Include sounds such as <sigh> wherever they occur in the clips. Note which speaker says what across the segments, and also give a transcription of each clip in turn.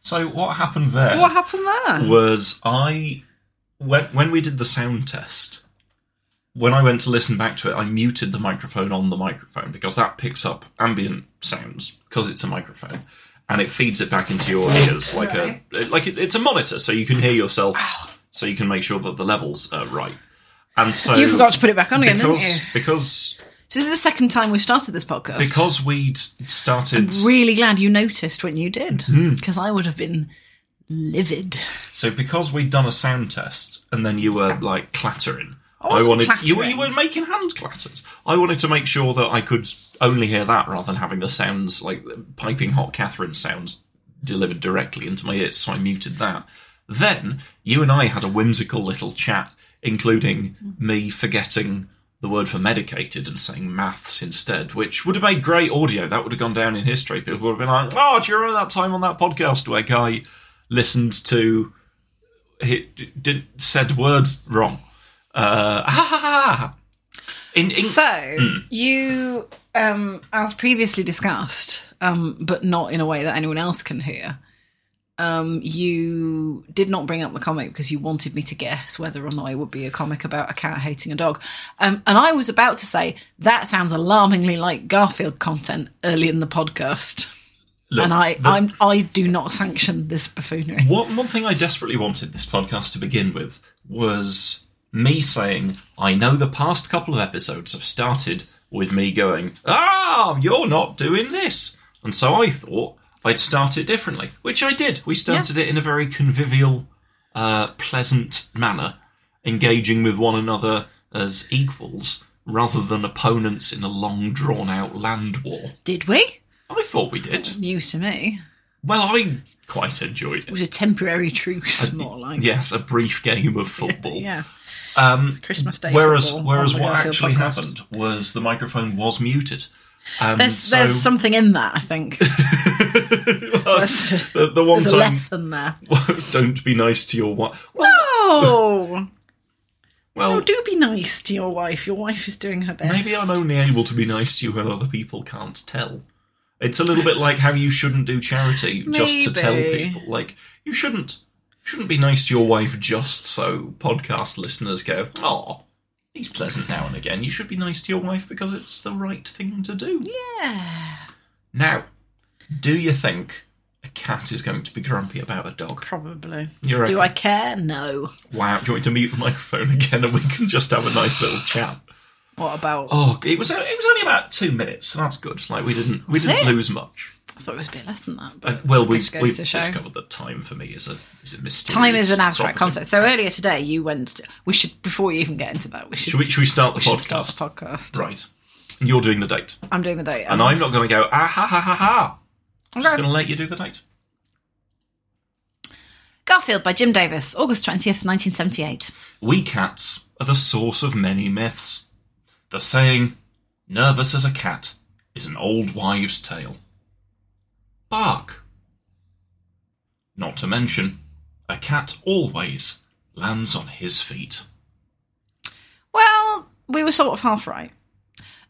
Speaker 1: So what happened there
Speaker 2: What happened there?
Speaker 1: was I when when we did the sound test. When I went to listen back to it, I muted the microphone on the microphone because that picks up ambient sounds because it's a microphone, and it feeds it back into your ears like a like it, it's a monitor, so you can hear yourself, so you can make sure that the levels are right. And so
Speaker 2: You forgot to put it back on again,
Speaker 1: because
Speaker 2: didn't you?
Speaker 1: because
Speaker 2: So this is the second time we've started this podcast.
Speaker 1: because we'd started
Speaker 2: really glad you noticed when you did,
Speaker 1: Mm-hmm.
Speaker 2: because I would have been livid.
Speaker 1: So because we'd done a sound test and then you were like clattering, I,
Speaker 2: wasn't
Speaker 1: wanted you, were-
Speaker 2: clattering.
Speaker 1: you were making hand clatters. I wanted to make sure that I could only hear that rather than having the sounds like piping hot Catherine sounds delivered directly into my ears. So I muted that. Then you and I had a whimsical little chat, including me forgetting the word for medicated and saying maths instead, which would have made great audio. That would have gone down in history. People would have been like, "Oh, do you remember that time on that podcast where guy listened to he did said words wrong. Uh, ha, ha, ha, ha. In, in,
Speaker 2: So
Speaker 1: Hmm.
Speaker 2: you, um, as previously discussed, um, but not in a way that anyone else can hear, um, you did not bring up the comic because you wanted me to guess whether or not it would be a comic about a cat hating a dog. Um, and I was about to say that sounds alarmingly like Garfield content early in the podcast.
Speaker 1: look,
Speaker 2: and I,
Speaker 1: the-
Speaker 2: I'm, I do not sanction this buffoonery.
Speaker 1: One, one thing I desperately wanted this podcast to begin with was me saying, I know the past couple of episodes have started with me going, Ah, you're not doing this. And so I thought I'd start it differently, which I did. We started it in a very convivial, uh, pleasant manner, engaging with one another as equals rather than opponents in a long drawn out land war.
Speaker 2: Did we?
Speaker 1: I thought we did.
Speaker 2: News to me.
Speaker 1: Well, I quite enjoyed
Speaker 2: It
Speaker 1: it.
Speaker 2: was a temporary truce, more like.
Speaker 1: Yes, a brief game of football.
Speaker 2: Yeah.
Speaker 1: Um,
Speaker 2: Christmas Day.
Speaker 1: whereas
Speaker 2: football Oh
Speaker 1: whereas
Speaker 2: on the
Speaker 1: what
Speaker 2: Garfield
Speaker 1: actually
Speaker 2: podcast.
Speaker 1: happened was the microphone was muted. And
Speaker 2: There's
Speaker 1: so
Speaker 2: there's something in that
Speaker 1: <laughs>
Speaker 2: I think. there's,
Speaker 1: the, the one
Speaker 2: there's a
Speaker 1: time
Speaker 2: lesson there.
Speaker 1: <laughs> don't be nice to your wife. Well,
Speaker 2: Oh,
Speaker 1: well
Speaker 2: oh, do be nice to your wife. Your wife is doing her best.
Speaker 1: maybe I'm only able to be nice to you when other people can't tell. It's a little bit like how you shouldn't do charity just to tell
Speaker 2: Maybe.
Speaker 1: people. Like you shouldn't shouldn't be nice to your wife just so podcast listeners go, "Oh, he's pleasant now and again." You should be nice to your wife because it's the right thing to do.
Speaker 2: Yeah,
Speaker 1: Now, do you think a cat is going to be grumpy about a dog?
Speaker 2: probably.
Speaker 1: You reckon?
Speaker 2: Do I care? No.
Speaker 1: Wow, do you want to mute the microphone again and we can just have a nice little chat?
Speaker 2: What about?
Speaker 1: Oh, it was it was only about two minutes, so that's good. Like we didn't we
Speaker 2: Was
Speaker 1: didn't
Speaker 2: it?
Speaker 1: lose much.
Speaker 2: I thought it was a bit less than that. But
Speaker 1: Uh, well, we
Speaker 2: This goes
Speaker 1: we
Speaker 2: to show.
Speaker 1: discovered that time for me is a is a mysterious
Speaker 2: time is an abstract
Speaker 1: property.
Speaker 2: concept. So earlier today, you went. To, we should before you even get into that. We should,
Speaker 1: Should we, should we start the
Speaker 2: we should
Speaker 1: podcast?
Speaker 2: start the podcast.
Speaker 1: Right, you're doing the date,
Speaker 2: I'm doing the date.
Speaker 1: and I'm not going to go ah ha ha ha ha. I'm just
Speaker 2: Okay.
Speaker 1: going to let you do the date.
Speaker 2: Garfield by Jim Davis, August twentieth, nineteen seventy-eight.
Speaker 1: We cats are the source of many myths. The saying, nervous as a cat, is an old wives' tale. Bark! Not to mention, a cat always lands on his feet.
Speaker 2: Well, we were sort of half right.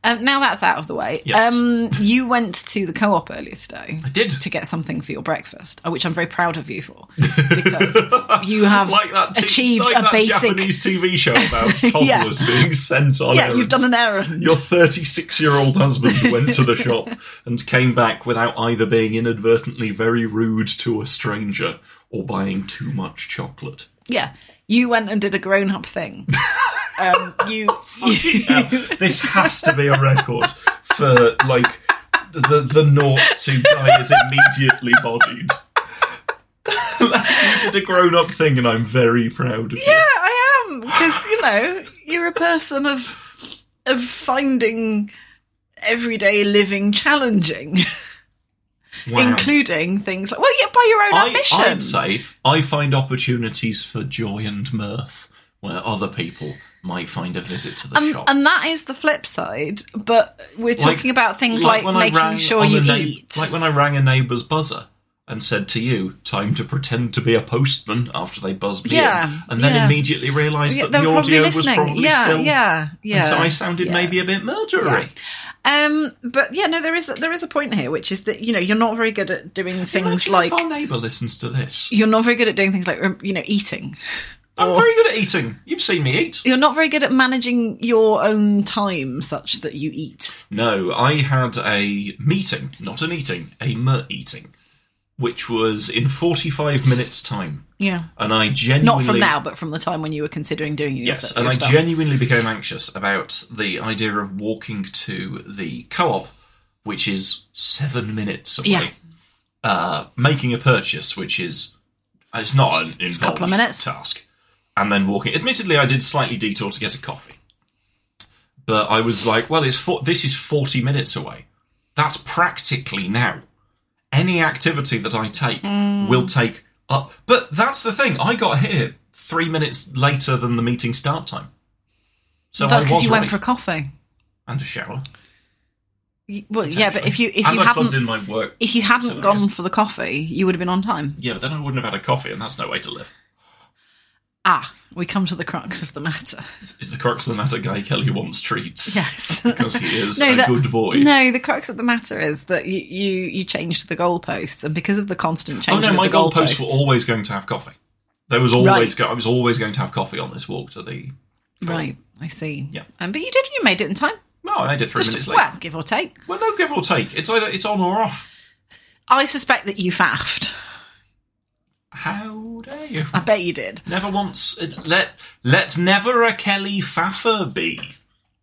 Speaker 2: Um, now that's out of the way.
Speaker 1: Yes.
Speaker 2: Um, you went to the co-op earlier today
Speaker 1: I did.
Speaker 2: to get something for your breakfast, uh, which I'm very proud of you for,
Speaker 1: <laughs>
Speaker 2: because you have
Speaker 1: Like that, t-
Speaker 2: achieved
Speaker 1: like
Speaker 2: a
Speaker 1: that
Speaker 2: basic.
Speaker 1: Japanese TV show about
Speaker 2: <laughs>
Speaker 1: toddlers being sent on.
Speaker 2: yeah, you've
Speaker 1: errands.
Speaker 2: done an errand.
Speaker 1: Your 36 year old husband went to the
Speaker 2: <laughs>
Speaker 1: shop and came back without either being inadvertently very rude to a stranger or buying too much chocolate.
Speaker 2: yeah, you went and did a grown-up
Speaker 1: <laughs>
Speaker 2: thing. um, you, you
Speaker 1: Now, <laughs> this has to be a record for, like, the, the naught to guy is immediately bodied. you did a grown up thing, and I'm very proud of
Speaker 2: Yeah, I am because you know you're a person of of finding everyday living challenging,
Speaker 1: you. Wow.
Speaker 2: including things like well, yeah, by your own
Speaker 1: I,
Speaker 2: admission.
Speaker 1: I'd say I find opportunities for joy and mirth where other people might find a visit to the
Speaker 2: Um,
Speaker 1: shop.
Speaker 2: and that is the flip side, but we're talking about things like,
Speaker 1: when I
Speaker 2: making
Speaker 1: rang
Speaker 2: sure
Speaker 1: on
Speaker 2: you
Speaker 1: a neigh-
Speaker 2: eat.
Speaker 1: Like when I rang a neighbour's buzzer and said to you, "Time to pretend to be a postman." After they buzzed me
Speaker 2: Yeah,
Speaker 1: in, and then
Speaker 2: yeah.
Speaker 1: immediately realised
Speaker 2: Yeah,
Speaker 1: that the audio was probably
Speaker 2: yeah,
Speaker 1: still.
Speaker 2: yeah, yeah.
Speaker 1: And so I sounded
Speaker 2: yeah.
Speaker 1: maybe a bit murdery.
Speaker 2: Um, but yeah, no, there is there is a point here, which is that you know you're not very good at doing things
Speaker 1: Imagine
Speaker 2: like
Speaker 1: if our neighbour listens to this.
Speaker 2: you're not very good at doing things like um, you know eating. Oh.
Speaker 1: I'm very good at eating. You've seen me eat.
Speaker 2: You're not very good at managing your own time such that you eat.
Speaker 1: No, I had a meeting, not an eating, a mer eating, which was in 45 minutes time,
Speaker 2: Yeah,
Speaker 1: and I genuinely
Speaker 2: not from now, but from the time when you were considering doing your
Speaker 1: Yes,
Speaker 2: your
Speaker 1: and I
Speaker 2: stuff.
Speaker 1: genuinely became anxious about the idea of walking to the co-op, which is seven minutes away.
Speaker 2: Yeah.
Speaker 1: Uh, making a purchase, which is it's not an involved
Speaker 2: couple of minutes.
Speaker 1: task, and then walking. Admittedly, I did slightly detour to get a coffee, but I was like, well, it's for- this is forty minutes away. That's practically now. Any activity that I take will
Speaker 2: Mm.
Speaker 1: take up. But that's the thing. I got here three minutes later than the meeting start time. So
Speaker 2: That's
Speaker 1: I
Speaker 2: because
Speaker 1: was
Speaker 2: you
Speaker 1: right.
Speaker 2: went for a coffee.
Speaker 1: and a shower.
Speaker 2: You- Well, yeah, but if you if
Speaker 1: and
Speaker 2: you
Speaker 1: I plugged
Speaker 2: hadn't
Speaker 1: in my work.
Speaker 2: if you hadn't
Speaker 1: Sorry.
Speaker 2: gone for the coffee, you would have been on time.
Speaker 1: Yeah, but then I wouldn't have had a coffee, and that's no way to live.
Speaker 2: Ah, we come to the crux of the matter. <laughs>
Speaker 1: Is the crux of the matter Guy Kelly wants treats?
Speaker 2: Yes.
Speaker 1: Because he is
Speaker 2: No,
Speaker 1: a
Speaker 2: that-
Speaker 1: good boy.
Speaker 2: No, the crux of the matter is that you you, you changed the goalposts, and because of the constant
Speaker 1: oh
Speaker 2: change
Speaker 1: no,
Speaker 2: of
Speaker 1: my
Speaker 2: the goalposts,
Speaker 1: goalposts were always going to have coffee. There was always
Speaker 2: Right.
Speaker 1: go- I was always going to have coffee on this walk to the.
Speaker 2: right? I see.
Speaker 1: Yeah.
Speaker 2: Um, but you did. You made it in time.
Speaker 1: No, I made it three
Speaker 2: Just
Speaker 1: minutes late.
Speaker 2: well, give or take.
Speaker 1: Well, no give or take. It's either it's on or off.
Speaker 2: I suspect that you faffed.
Speaker 1: How dare you?
Speaker 2: I bet you did.
Speaker 1: Never once let let never a Kelly Faffer be.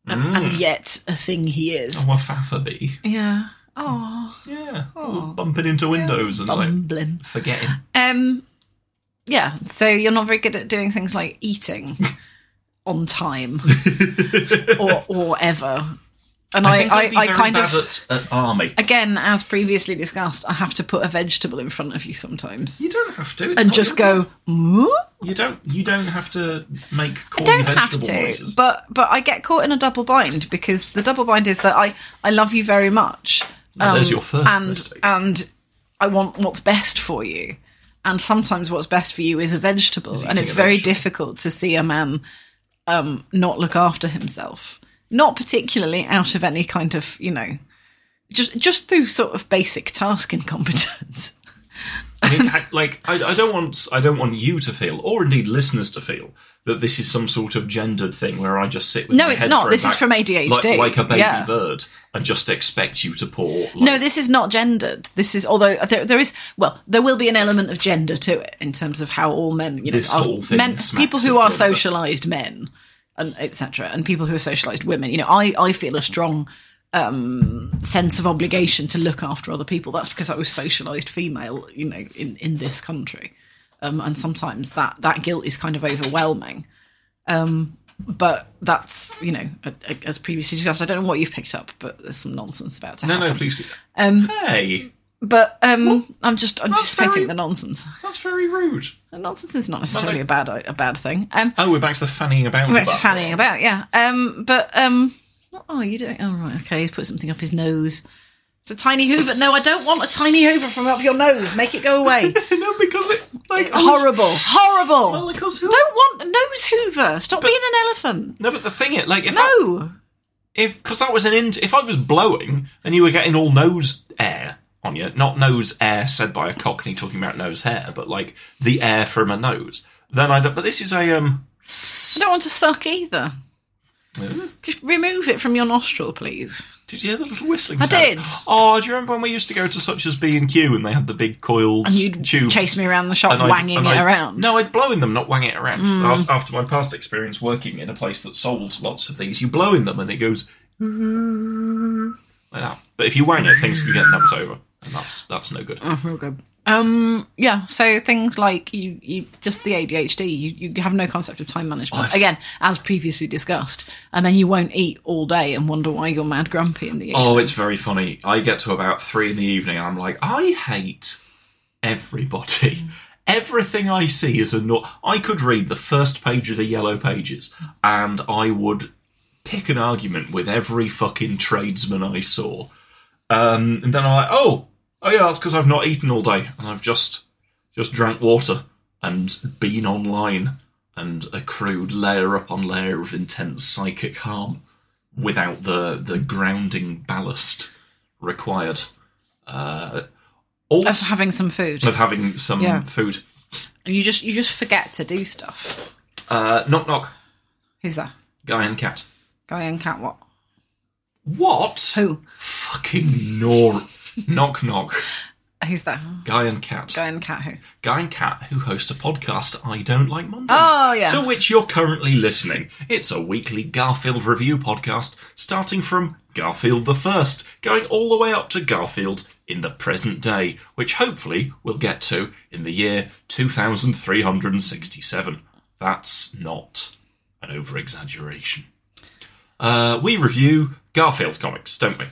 Speaker 2: And, and yet, a thing he is.
Speaker 1: Mm. Oh, a Faffer be.
Speaker 2: Yeah. Oh,
Speaker 1: Yeah, bumping into windows and like
Speaker 2: bumbling.
Speaker 1: forgetting.
Speaker 2: Um. Yeah. So you're not very good at doing things like eating on time or or ever. And I
Speaker 1: think
Speaker 2: I,
Speaker 1: I'd be
Speaker 2: I
Speaker 1: very
Speaker 2: kind
Speaker 1: bad
Speaker 2: of
Speaker 1: at, at army.
Speaker 2: again, as previously discussed, I have to put a vegetable in front of you sometimes
Speaker 1: You don't have to. It's
Speaker 2: and
Speaker 1: not
Speaker 2: just
Speaker 1: your-
Speaker 2: go. "Hmm?"
Speaker 1: You don't. You don't have to make corny
Speaker 2: Don't have
Speaker 1: vegetable
Speaker 2: to,
Speaker 1: noises.
Speaker 2: but but I get caught in a double bind because the double bind is that I I love you very much. um,
Speaker 1: Well, there's your first
Speaker 2: and
Speaker 1: mistake.
Speaker 2: and I want what's best for you. And sometimes what's best for you is a vegetable, and
Speaker 1: eating
Speaker 2: it's
Speaker 1: a
Speaker 2: very
Speaker 1: vegetable.
Speaker 2: difficult to see a man um, not look after himself. Not particularly out of any kind of you know, just just through sort of basic task incompetence.
Speaker 1: I mean, I, like I, I don't want I don't want you to feel, or indeed listeners to feel, that this is some sort of gendered thing where I just sit with
Speaker 2: No,
Speaker 1: my
Speaker 2: it's
Speaker 1: head
Speaker 2: not.
Speaker 1: thrown
Speaker 2: This is
Speaker 1: back
Speaker 2: from ADHD.
Speaker 1: like, like a baby
Speaker 2: Yeah.
Speaker 1: bird, and just expect you to pour. Like,
Speaker 2: No, this is not gendered. This is although uh, there, there is well, there will be an element of gender to it in terms of how all men, you know,
Speaker 1: This
Speaker 2: are
Speaker 1: whole thing
Speaker 2: men,
Speaker 1: smacks
Speaker 2: people who
Speaker 1: of
Speaker 2: are
Speaker 1: gender.
Speaker 2: socialized men, and etc., and people who are socialized women. You know, I I feel a strong um sense of obligation to look after other people. That's because I was socialized female, you know, in in this country, um, and sometimes that that guilt is kind of overwhelming. Um, but that's you know, a- a- as previously discussed, I don't know what you've picked up, but there's some nonsense about to
Speaker 1: no,
Speaker 2: happen.
Speaker 1: no, please. Um, hey,
Speaker 2: But um, I'm just anticipating
Speaker 1: very-
Speaker 2: the nonsense.
Speaker 1: that's very rude.
Speaker 2: The nonsense is not necessarily a bad a bad thing. Um,
Speaker 1: Oh, we're back to the fannying about.
Speaker 2: back to
Speaker 1: button.
Speaker 2: fannying about, yeah. Um, but um, what are you doing? Oh right, okay. He's put something up his nose. It's a tiny Hoover. No, I don't want a tiny Hoover from up your nose. Make it
Speaker 1: <laughs>
Speaker 2: go away. Oh,
Speaker 1: no, because it like I was-
Speaker 2: <laughs> horrible, horrible.
Speaker 1: Well, because who?
Speaker 2: don't want a nose Hoover. Stop being an elephant.
Speaker 1: No, but the thing is, like, if I,
Speaker 2: No.
Speaker 1: if because that was an int. If I was blowing and you were getting all nose air on you, not nose air said by a cockney talking about nose hair, but like the air from a nose, then I'd. But this is a um.
Speaker 2: I don't want to suck either.
Speaker 1: uh,
Speaker 2: Just remove it from your nostril, please.
Speaker 1: Did you hear the little whistling?
Speaker 2: I
Speaker 1: sound?
Speaker 2: did.
Speaker 1: Oh, do you remember when we used to go to such as B and Q and they had the big coiled
Speaker 2: And you'd
Speaker 1: tube?
Speaker 2: chase me around the shop,
Speaker 1: I'd-
Speaker 2: wanging
Speaker 1: and
Speaker 2: it
Speaker 1: I'd-
Speaker 2: around. Mm.
Speaker 1: No, I'd blow in them, not wang it around. Af- After my past experience working in a place that sold lots of these, you blow in them and it goes "Mm," like that. But if you wang it, things can get knocked over, and that's that's no Oh, good.
Speaker 2: real good. Um, yeah, so things like you, you just the ADHD, you, you have no concept of time management.
Speaker 1: I've-
Speaker 2: Again, as previously discussed, and then you won't eat all day and wonder why you're mad grumpy in the evening.
Speaker 1: Oh, it's very funny. I get to about three in the evening and I'm like, I hate everybody. <laughs> Everything I see is a no I could read the first page of the Yellow Pages and I would pick an argument with every fucking tradesman I saw. Um, and then I'm like, oh, oh yeah, that's because I've not eaten all day and I've just just drank water and been online and accrued layer upon layer of intense psychic harm. without the the grounding ballast required. Uh,
Speaker 2: of
Speaker 1: also,
Speaker 2: having some food.
Speaker 1: of having some
Speaker 2: Yeah.
Speaker 1: food.
Speaker 2: And you just you just forget to do stuff.
Speaker 1: Uh, knock knock.
Speaker 2: Who's that?
Speaker 1: Guy and cat.
Speaker 2: Guy and cat what?
Speaker 1: What?
Speaker 2: Who?
Speaker 1: Fucking nor. knock knock.
Speaker 2: Who's that?
Speaker 1: Guy and cat.
Speaker 2: Guy and cat who?
Speaker 1: Guy and Cat, who host a podcast, I Don't Like Mondays.
Speaker 2: Oh, yeah.
Speaker 1: To which you're currently listening. It's a weekly Garfield review podcast, starting from Garfield the First, going all the way up to Garfield in the present day, which hopefully we'll get to in the year 2367. That's not an over exaggeration. Uh, we review Garfield's comics, don't we?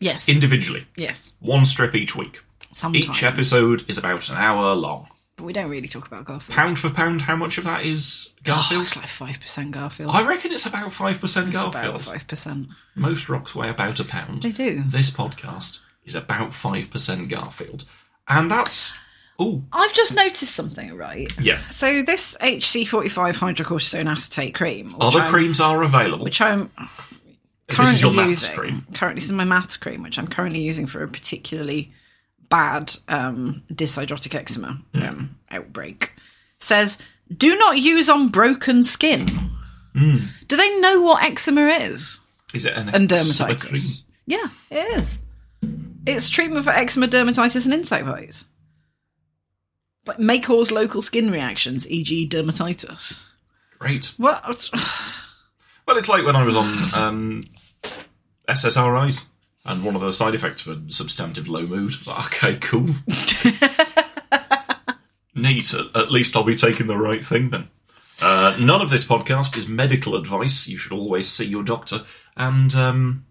Speaker 2: Yes.
Speaker 1: Individually,
Speaker 2: yes.
Speaker 1: one strip each week.
Speaker 2: Sometimes.
Speaker 1: Each episode is about an hour long
Speaker 2: But we don't really talk about Garfield.
Speaker 1: pound for pound, how much of that is
Speaker 2: Oh,
Speaker 1: Garfield?
Speaker 2: it's like five percent Garfield.
Speaker 1: I reckon it's about five percent
Speaker 2: Oh. It's
Speaker 1: Garfield.
Speaker 2: about five percent.
Speaker 1: Most rocks weigh about a pound.
Speaker 2: They do.
Speaker 1: This podcast is about five percent Garfield, and that's oh
Speaker 2: I've just noticed something, right?
Speaker 1: yeah.
Speaker 2: So this HC45 hydrocortisone acetate cream, which
Speaker 1: Other
Speaker 2: I'm,
Speaker 1: creams are available.
Speaker 2: which I'm
Speaker 1: This
Speaker 2: currently
Speaker 1: is your maths
Speaker 2: using.
Speaker 1: cream.
Speaker 2: Currently, this is my maths cream, which I'm currently using for a particularly bad um, dyshydrotic eczema
Speaker 1: Hmm.
Speaker 2: um, outbreak. Says, do not use on broken skin.
Speaker 1: Hmm.
Speaker 2: Do they know what eczema is?
Speaker 1: Is it an
Speaker 2: And
Speaker 1: eczema cream?
Speaker 2: dermatitis. Yeah, it is. It's treatment for eczema, dermatitis, and insect bites. Like may cause local skin reactions, e.g., dermatitis.
Speaker 1: Great.
Speaker 2: What?
Speaker 1: Well, it's like when I was on um, SSRIs, and one of the side effects were substantive low mood. It's like, okay, cool. Neat. At at least I'll be taking the right thing then. Uh, none of this podcast is medical advice. You should always see your doctor. And um,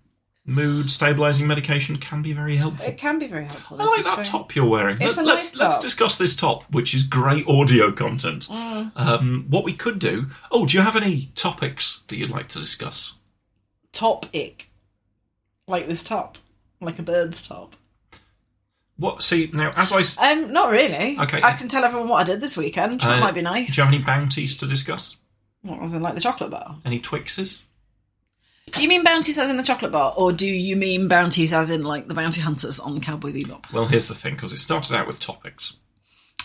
Speaker 1: mood stabilizing medication can be very helpful.
Speaker 2: It can be very helpful.
Speaker 1: I like that top you're wearing.
Speaker 2: It's a
Speaker 1: let's
Speaker 2: nice
Speaker 1: let's
Speaker 2: top.
Speaker 1: discuss this top, which is great audio content.
Speaker 2: Mm.
Speaker 1: Um, what we could do. Oh, do you have any topics that you'd like to discuss?
Speaker 2: Top ick. Like this top. Like a bird's top.
Speaker 1: What? See now, as I s-
Speaker 2: Um, not really.
Speaker 1: Okay.
Speaker 2: I can tell everyone what I did this weekend.
Speaker 1: Uh,
Speaker 2: that might be nice.
Speaker 1: Do you have any bounties to discuss?
Speaker 2: What, other than like the chocolate bar?
Speaker 1: Any Twixes?
Speaker 2: Do you mean bounties as in the chocolate bar, or do you mean bounties as in like the bounty hunters on Cowboy Bebop?
Speaker 1: Well, here's the thing, because it started out with topics,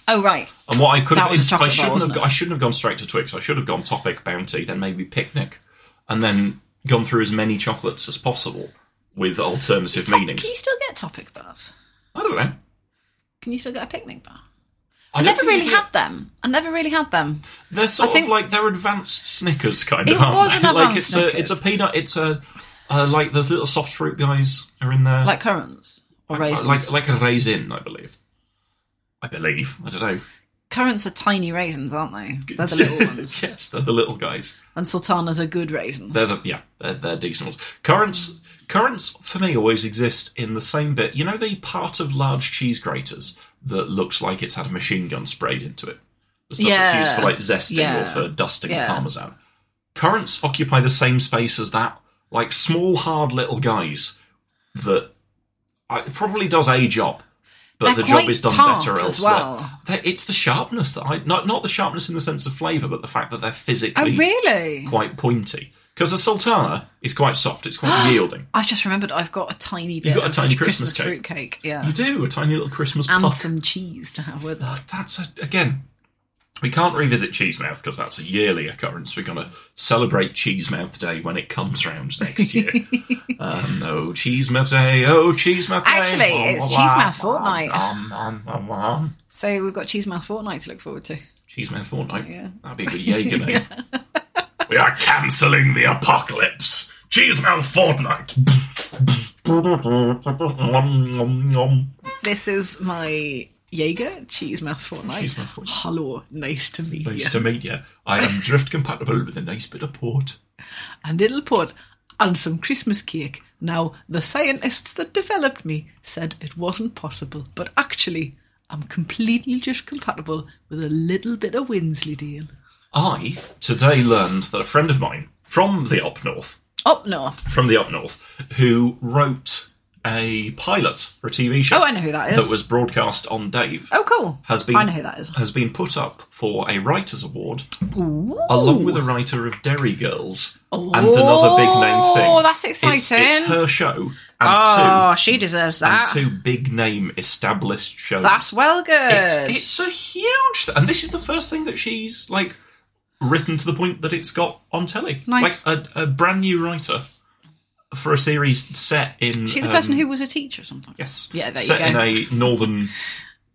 Speaker 2: Oh right.
Speaker 1: and what I could
Speaker 2: That
Speaker 1: have,
Speaker 2: was a
Speaker 1: it's- I
Speaker 2: chocolate bar,
Speaker 1: shouldn't have,
Speaker 2: wasn't
Speaker 1: go- I shouldn't have gone straight to Twix. I should have gone topic bounty, then maybe picnic, and then gone through as many chocolates as possible with alternative
Speaker 2: Top-
Speaker 1: meanings.
Speaker 2: Can you still get topic bars?
Speaker 1: I don't know.
Speaker 2: Can you still get a picnic bar?
Speaker 1: I
Speaker 2: I,
Speaker 1: don't
Speaker 2: never
Speaker 1: think you
Speaker 2: really
Speaker 1: do.
Speaker 2: had them. I never really had them.
Speaker 1: They're sort
Speaker 2: I think-
Speaker 1: of like they're advanced Snickers kind of.
Speaker 2: It
Speaker 1: aren't
Speaker 2: was
Speaker 1: they?
Speaker 2: an
Speaker 1: like
Speaker 2: advanced
Speaker 1: it's a
Speaker 2: Snickers.
Speaker 1: it's a peanut. It's a uh, like those little soft fruit guys are in there.
Speaker 2: Like currants or raisins.
Speaker 1: like like a raisin, I believe. I believe. I don't know.
Speaker 2: currants are tiny raisins, aren't they?
Speaker 1: <laughs>
Speaker 2: They're the little ones.
Speaker 1: yes, they're the little guys.
Speaker 2: And sultanas are good raisins.
Speaker 1: They're the yeah, they're, they're decent ones. Currants, currants for me always exist in the same bit. You know the part of large cheese graters that looks like it's had a machine gun sprayed into it. The stuff that's used
Speaker 2: Yeah.
Speaker 1: for like zesting or
Speaker 2: Yeah.
Speaker 1: for dusting
Speaker 2: Yeah.
Speaker 1: parmesan. Currants occupy the same space as that, like small hard little guys that I, it probably does age up. But
Speaker 2: They're
Speaker 1: the job
Speaker 2: quite
Speaker 1: is done
Speaker 2: tart
Speaker 1: better
Speaker 2: as
Speaker 1: elsewhere.
Speaker 2: well.
Speaker 1: They- It's the sharpness that I not not the sharpness in the sense of flavour, but the fact that they're
Speaker 2: oh
Speaker 1: physically
Speaker 2: really?
Speaker 1: quite pointy. Because a sultana is quite soft, it's
Speaker 2: <gasps>
Speaker 1: quite yielding.
Speaker 2: I just remembered I've got a tiny bit
Speaker 1: got a
Speaker 2: of
Speaker 1: tiny Christmas
Speaker 2: Christmas,
Speaker 1: cake.
Speaker 2: fruit cake. Yeah.
Speaker 1: You do, a tiny little Christmas
Speaker 2: <laughs> And
Speaker 1: puck.
Speaker 2: some cheese to have with it.
Speaker 1: That's a, again, we can't revisit Cheesemouth because that's a yearly occurrence. We're going to celebrate Cheesemouth Day when it comes round next
Speaker 2: <laughs>
Speaker 1: year. um, oh, Cheesemouth Day, oh, Cheesemouth Day.
Speaker 2: Actually,
Speaker 1: Wah,
Speaker 2: it's
Speaker 1: wah, wah,
Speaker 2: Cheesemouth fortnight.
Speaker 1: Nom, nom, nom, nom.
Speaker 2: So we've got Cheese Mouth Fortnight to look forward to.
Speaker 1: Cheesemouth Fortnight.
Speaker 2: Yeah.
Speaker 1: That'd be a good
Speaker 2: <laughs>
Speaker 1: Jaeger name. We are cancelling the apocalypse. Cheesemouth Fortnight. Nom, nom, nom.
Speaker 2: This is my Jaeger Cheese Mouth Fortnight.
Speaker 1: Cheese Mouth Fortnight.
Speaker 2: Hello, nice to meet
Speaker 1: Nice
Speaker 2: you.
Speaker 1: to meet you. I
Speaker 2: <laughs>
Speaker 1: am drift compatible with a nice bit of port.
Speaker 2: and it'll put and some Christmas cake. Now, the scientists that developed me said it wasn't possible, but actually, I'm completely just compatible with a little bit of Winsleydale.
Speaker 1: I today learned that a friend of mine from the up north,
Speaker 2: Oh, Up north.
Speaker 1: from the up north, who wrote a pilot for a TV show
Speaker 2: Oh, I know who that is.
Speaker 1: that was broadcast on Dave
Speaker 2: oh, cool.
Speaker 1: has been
Speaker 2: I know who that is.
Speaker 1: has been put up for a writers award
Speaker 2: Ooh.
Speaker 1: along with a writer of Derry Girls and another big name thing.
Speaker 2: Oh, that's
Speaker 1: It's, it's
Speaker 2: exciting.
Speaker 1: her show and
Speaker 2: Oh, she deserves
Speaker 1: two and
Speaker 2: that.
Speaker 1: two big name established shows.
Speaker 2: That's well good.
Speaker 1: it's, it's a huge th- and this is the first thing that she's like written to the point that it's got on telly.
Speaker 2: Nice.
Speaker 1: Like a, a brand new writer for a series set in
Speaker 2: she the person
Speaker 1: um,
Speaker 2: who was a teacher or something.
Speaker 1: Yes.
Speaker 2: Yeah, there you
Speaker 1: set
Speaker 2: go.
Speaker 1: in a
Speaker 2: <laughs>
Speaker 1: northern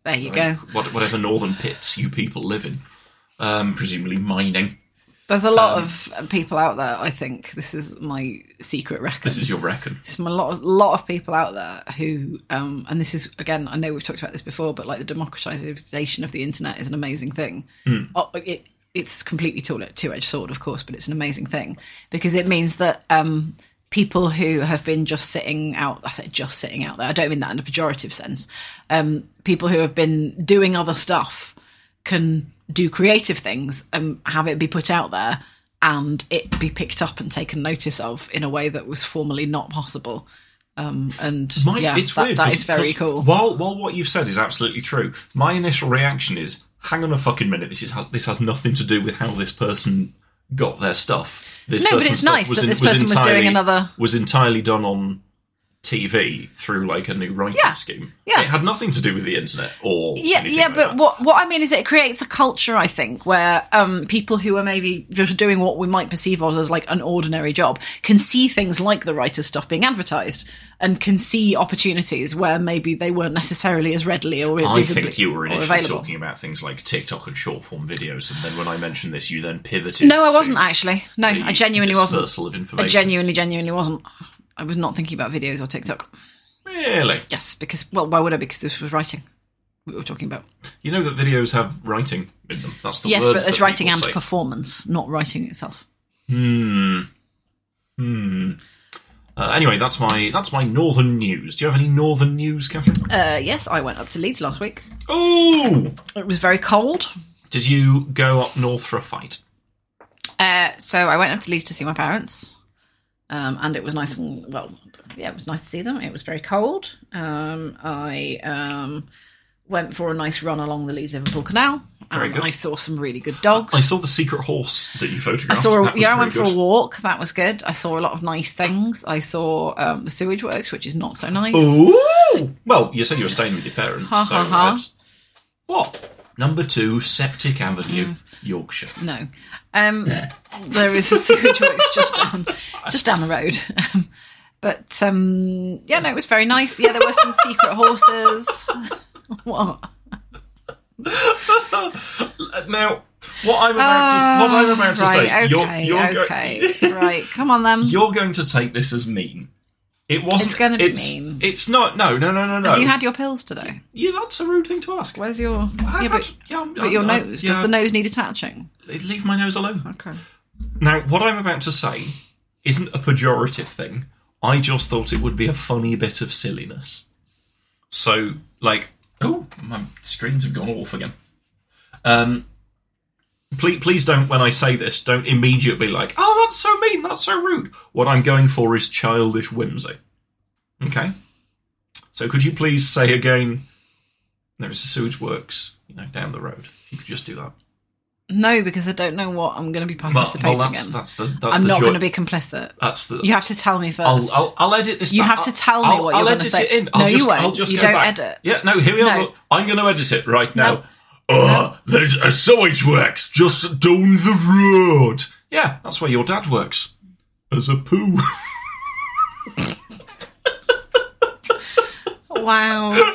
Speaker 2: There you
Speaker 1: like,
Speaker 2: go.
Speaker 1: what, whatever northern pits you people live in. Um, presumably mining.
Speaker 2: There's a
Speaker 1: Um,
Speaker 2: lot of people out there. I think this is my secret record.
Speaker 1: This is your reckon.
Speaker 2: There's a lot of lot of people out there who, um, and this is again, I know we've talked about this before, but like the democratization of the internet is an amazing thing.
Speaker 1: Hmm.
Speaker 2: Oh, it, it's completely two edged sword, of course, but it's an amazing thing because it means that um, people who have been just sitting out, I said just sitting out there, I don't mean that in a pejorative sense, um, people who have been doing other stuff can do creative things and have it be put out there and it be picked up and taken notice of in a way that was formerly not possible. Um, and
Speaker 1: My,
Speaker 2: yeah,
Speaker 1: it's
Speaker 2: that,
Speaker 1: weird.
Speaker 2: that
Speaker 1: 'cause-
Speaker 2: is very
Speaker 1: 'cause
Speaker 2: cool.
Speaker 1: While while what you've said is absolutely true, my initial reaction is, "Hang on a fucking minute. This is this has nothing to do with how this person got their stuff. This
Speaker 2: No, but
Speaker 1: person's
Speaker 2: it's
Speaker 1: stuff
Speaker 2: nice that this person was doing another-
Speaker 1: was entirely done on." TV through like a new writing
Speaker 2: Yeah,
Speaker 1: scheme.
Speaker 2: yeah.
Speaker 1: it had nothing to do with the internet or
Speaker 2: Yeah,
Speaker 1: anything
Speaker 2: yeah,
Speaker 1: like
Speaker 2: but
Speaker 1: that.
Speaker 2: what what I mean is it creates a culture, I think, where um, people who are maybe just doing what we might perceive of as like an ordinary job can see things like the writer's stuff being advertised and can see opportunities where maybe they weren't necessarily as readily or
Speaker 1: I
Speaker 2: visibly
Speaker 1: think you were
Speaker 2: or
Speaker 1: initially
Speaker 2: available.
Speaker 1: talking about things like TikTok and short form videos, and then when I mentioned this, you then pivoted.
Speaker 2: No, I
Speaker 1: to
Speaker 2: wasn't actually. No,
Speaker 1: the
Speaker 2: I genuinely wasn't.
Speaker 1: dispersal of
Speaker 2: I
Speaker 1: information.
Speaker 2: genuinely, genuinely wasn't. I was not thinking about videos or TikTok.
Speaker 1: really,
Speaker 2: Yes, because well, why would I? Because this was writing we were talking about.
Speaker 1: You know that videos have writing in them. That's the
Speaker 2: yes,
Speaker 1: words
Speaker 2: but it's
Speaker 1: that
Speaker 2: writing and
Speaker 1: people say.
Speaker 2: performance, not writing itself.
Speaker 1: Uh, anyway, that's my that's my northern news. Do you have any northern news, Catherine?
Speaker 2: Uh, yes, I went up to Leeds last week.
Speaker 1: oh,
Speaker 2: It was very cold,
Speaker 1: did you go up north for a fight?
Speaker 2: uh, so I went up to Leeds to see my parents, um, and it was nice and well, yeah, it was nice to see them. It was very cold. Um, I um, went for a nice run along the Leeds Liverpool Canal,
Speaker 1: Very
Speaker 2: and
Speaker 1: good.
Speaker 2: I saw some really good dogs.
Speaker 1: I saw the secret horse that you photographed.
Speaker 2: I saw.
Speaker 1: Oh, That
Speaker 2: A,
Speaker 1: was
Speaker 2: yeah, I
Speaker 1: very
Speaker 2: went for a
Speaker 1: good.
Speaker 2: walk. That was good. I saw a lot of nice things. I saw um, the sewage works, which is not so nice.
Speaker 1: Oh. Ooh. Well, you said you were staying with your parents.
Speaker 2: Ha,
Speaker 1: so
Speaker 2: ha, ha.
Speaker 1: that's- What? Number two, Septic Avenue, Yorkshire.
Speaker 2: No, um, there is a sewage works just down just down the road. Um, but um, yeah, no, it was very nice. Yeah, there were some secret horses. <laughs> what?
Speaker 1: Uh, Now, what I'm about to what I'm about to say,
Speaker 2: Ah, right,
Speaker 1: you're,
Speaker 2: okay,
Speaker 1: you're go- <laughs>
Speaker 2: okay, right. Come on, then.
Speaker 1: you're going to take this as mean. It wasn't.
Speaker 2: It's gonna be
Speaker 1: it's,
Speaker 2: mean.
Speaker 1: It's not. No, no, no, no, no.
Speaker 2: Have you had your pills today?
Speaker 1: yeah, that's a rude thing to ask.
Speaker 2: Where's your?
Speaker 1: I've
Speaker 2: Yeah,
Speaker 1: had-
Speaker 2: but,
Speaker 1: yeah, I'm-
Speaker 2: but your
Speaker 1: I'm-
Speaker 2: nose.
Speaker 1: yeah,
Speaker 2: Does the nose need attaching?
Speaker 1: Leave my nose alone.
Speaker 2: Okay.
Speaker 1: Now, what I'm about to say isn't a pejorative thing. I just thought it would be a funny bit of silliness. So, like, oh, my screens have gone off again. Um, please, please don't. When I say this, don't immediately like, oh, that's so mean, that's so rude. What I'm going for is childish whimsy. Okay. So, could you please say again? There is a sewage works, you know, down the road. If you could just do that.
Speaker 2: No, because I don't know what I'm going to be
Speaker 1: Well,
Speaker 2: participating
Speaker 1: well that's,
Speaker 2: in.
Speaker 1: that's the that's
Speaker 2: I'm
Speaker 1: the
Speaker 2: not
Speaker 1: joy-
Speaker 2: going to be complicit.
Speaker 1: That's the.
Speaker 2: You have to tell me 1st
Speaker 1: I'll, I'll, I'll edit this.
Speaker 2: You
Speaker 1: back.
Speaker 2: have to tell me
Speaker 1: I'll,
Speaker 2: what
Speaker 1: I'll
Speaker 2: you're gonna
Speaker 1: edit
Speaker 2: say.
Speaker 1: It in.
Speaker 2: No,
Speaker 1: I'll
Speaker 2: you
Speaker 1: just,
Speaker 2: won't.
Speaker 1: I'll just
Speaker 2: You
Speaker 1: go
Speaker 2: don't
Speaker 1: back.
Speaker 2: edit.
Speaker 1: Yeah, no. Here we are.
Speaker 2: No.
Speaker 1: Look, I'm going to edit it right now.
Speaker 2: No.
Speaker 1: Oh, there's a sewage works just down the road. Yeah, that's where your dad works as a poo. <laughs> <laughs>
Speaker 2: Wow. wow.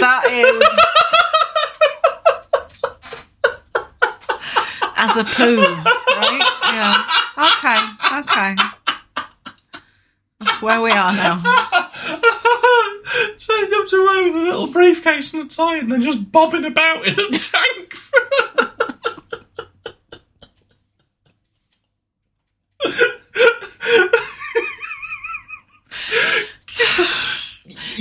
Speaker 2: That is. As a poo, right? Yeah. Okay, okay. That's where we are now.
Speaker 1: Taking up to her with a little briefcase and a tie, and then just bobbing about in a <laughs> tank.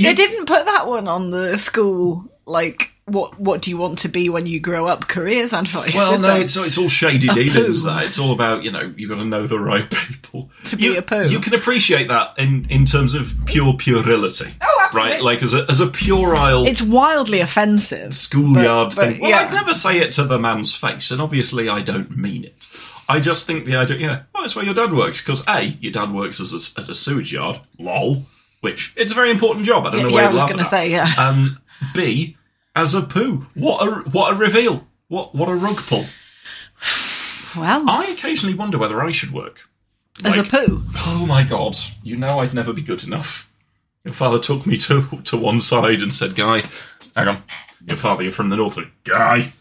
Speaker 2: They didn't put that one on the school like what what do you want to be when you grow up careers advice.
Speaker 1: Well,
Speaker 2: did
Speaker 1: no,
Speaker 2: they? Oh.
Speaker 1: it's it's all shady dealings.
Speaker 2: poo.
Speaker 1: That it's all about you know you've got to know the right people
Speaker 2: To be
Speaker 1: you,
Speaker 2: a poo.
Speaker 1: You can appreciate that in in terms of pure puerility.
Speaker 2: Oh, absolutely.
Speaker 1: Right, like as a as a puerile
Speaker 2: it's wildly offensive.
Speaker 1: schoolyard
Speaker 2: but- but,
Speaker 1: thing. Well,
Speaker 2: yeah.
Speaker 1: I'd never say it to the man's face, and obviously I don't mean it. I just think the idea, yeah, well, that's where your dad works because a your dad works as a, at a sewage yard, lol, which it's a very important job. I don't know where
Speaker 2: yeah, I
Speaker 1: you'd
Speaker 2: was
Speaker 1: laugh
Speaker 2: going to
Speaker 1: at that.
Speaker 2: say yeah.
Speaker 1: Um, B as a poo. What a what a reveal. What what a rug pull.
Speaker 2: well,
Speaker 1: I occasionally wonder whether I should work.
Speaker 2: as a
Speaker 1: like-
Speaker 2: poo.
Speaker 1: Oh my god, you know I'd never be good enough. Your father took me to to one side and said, Guy, hang on. Your father, you're from the north. Guy,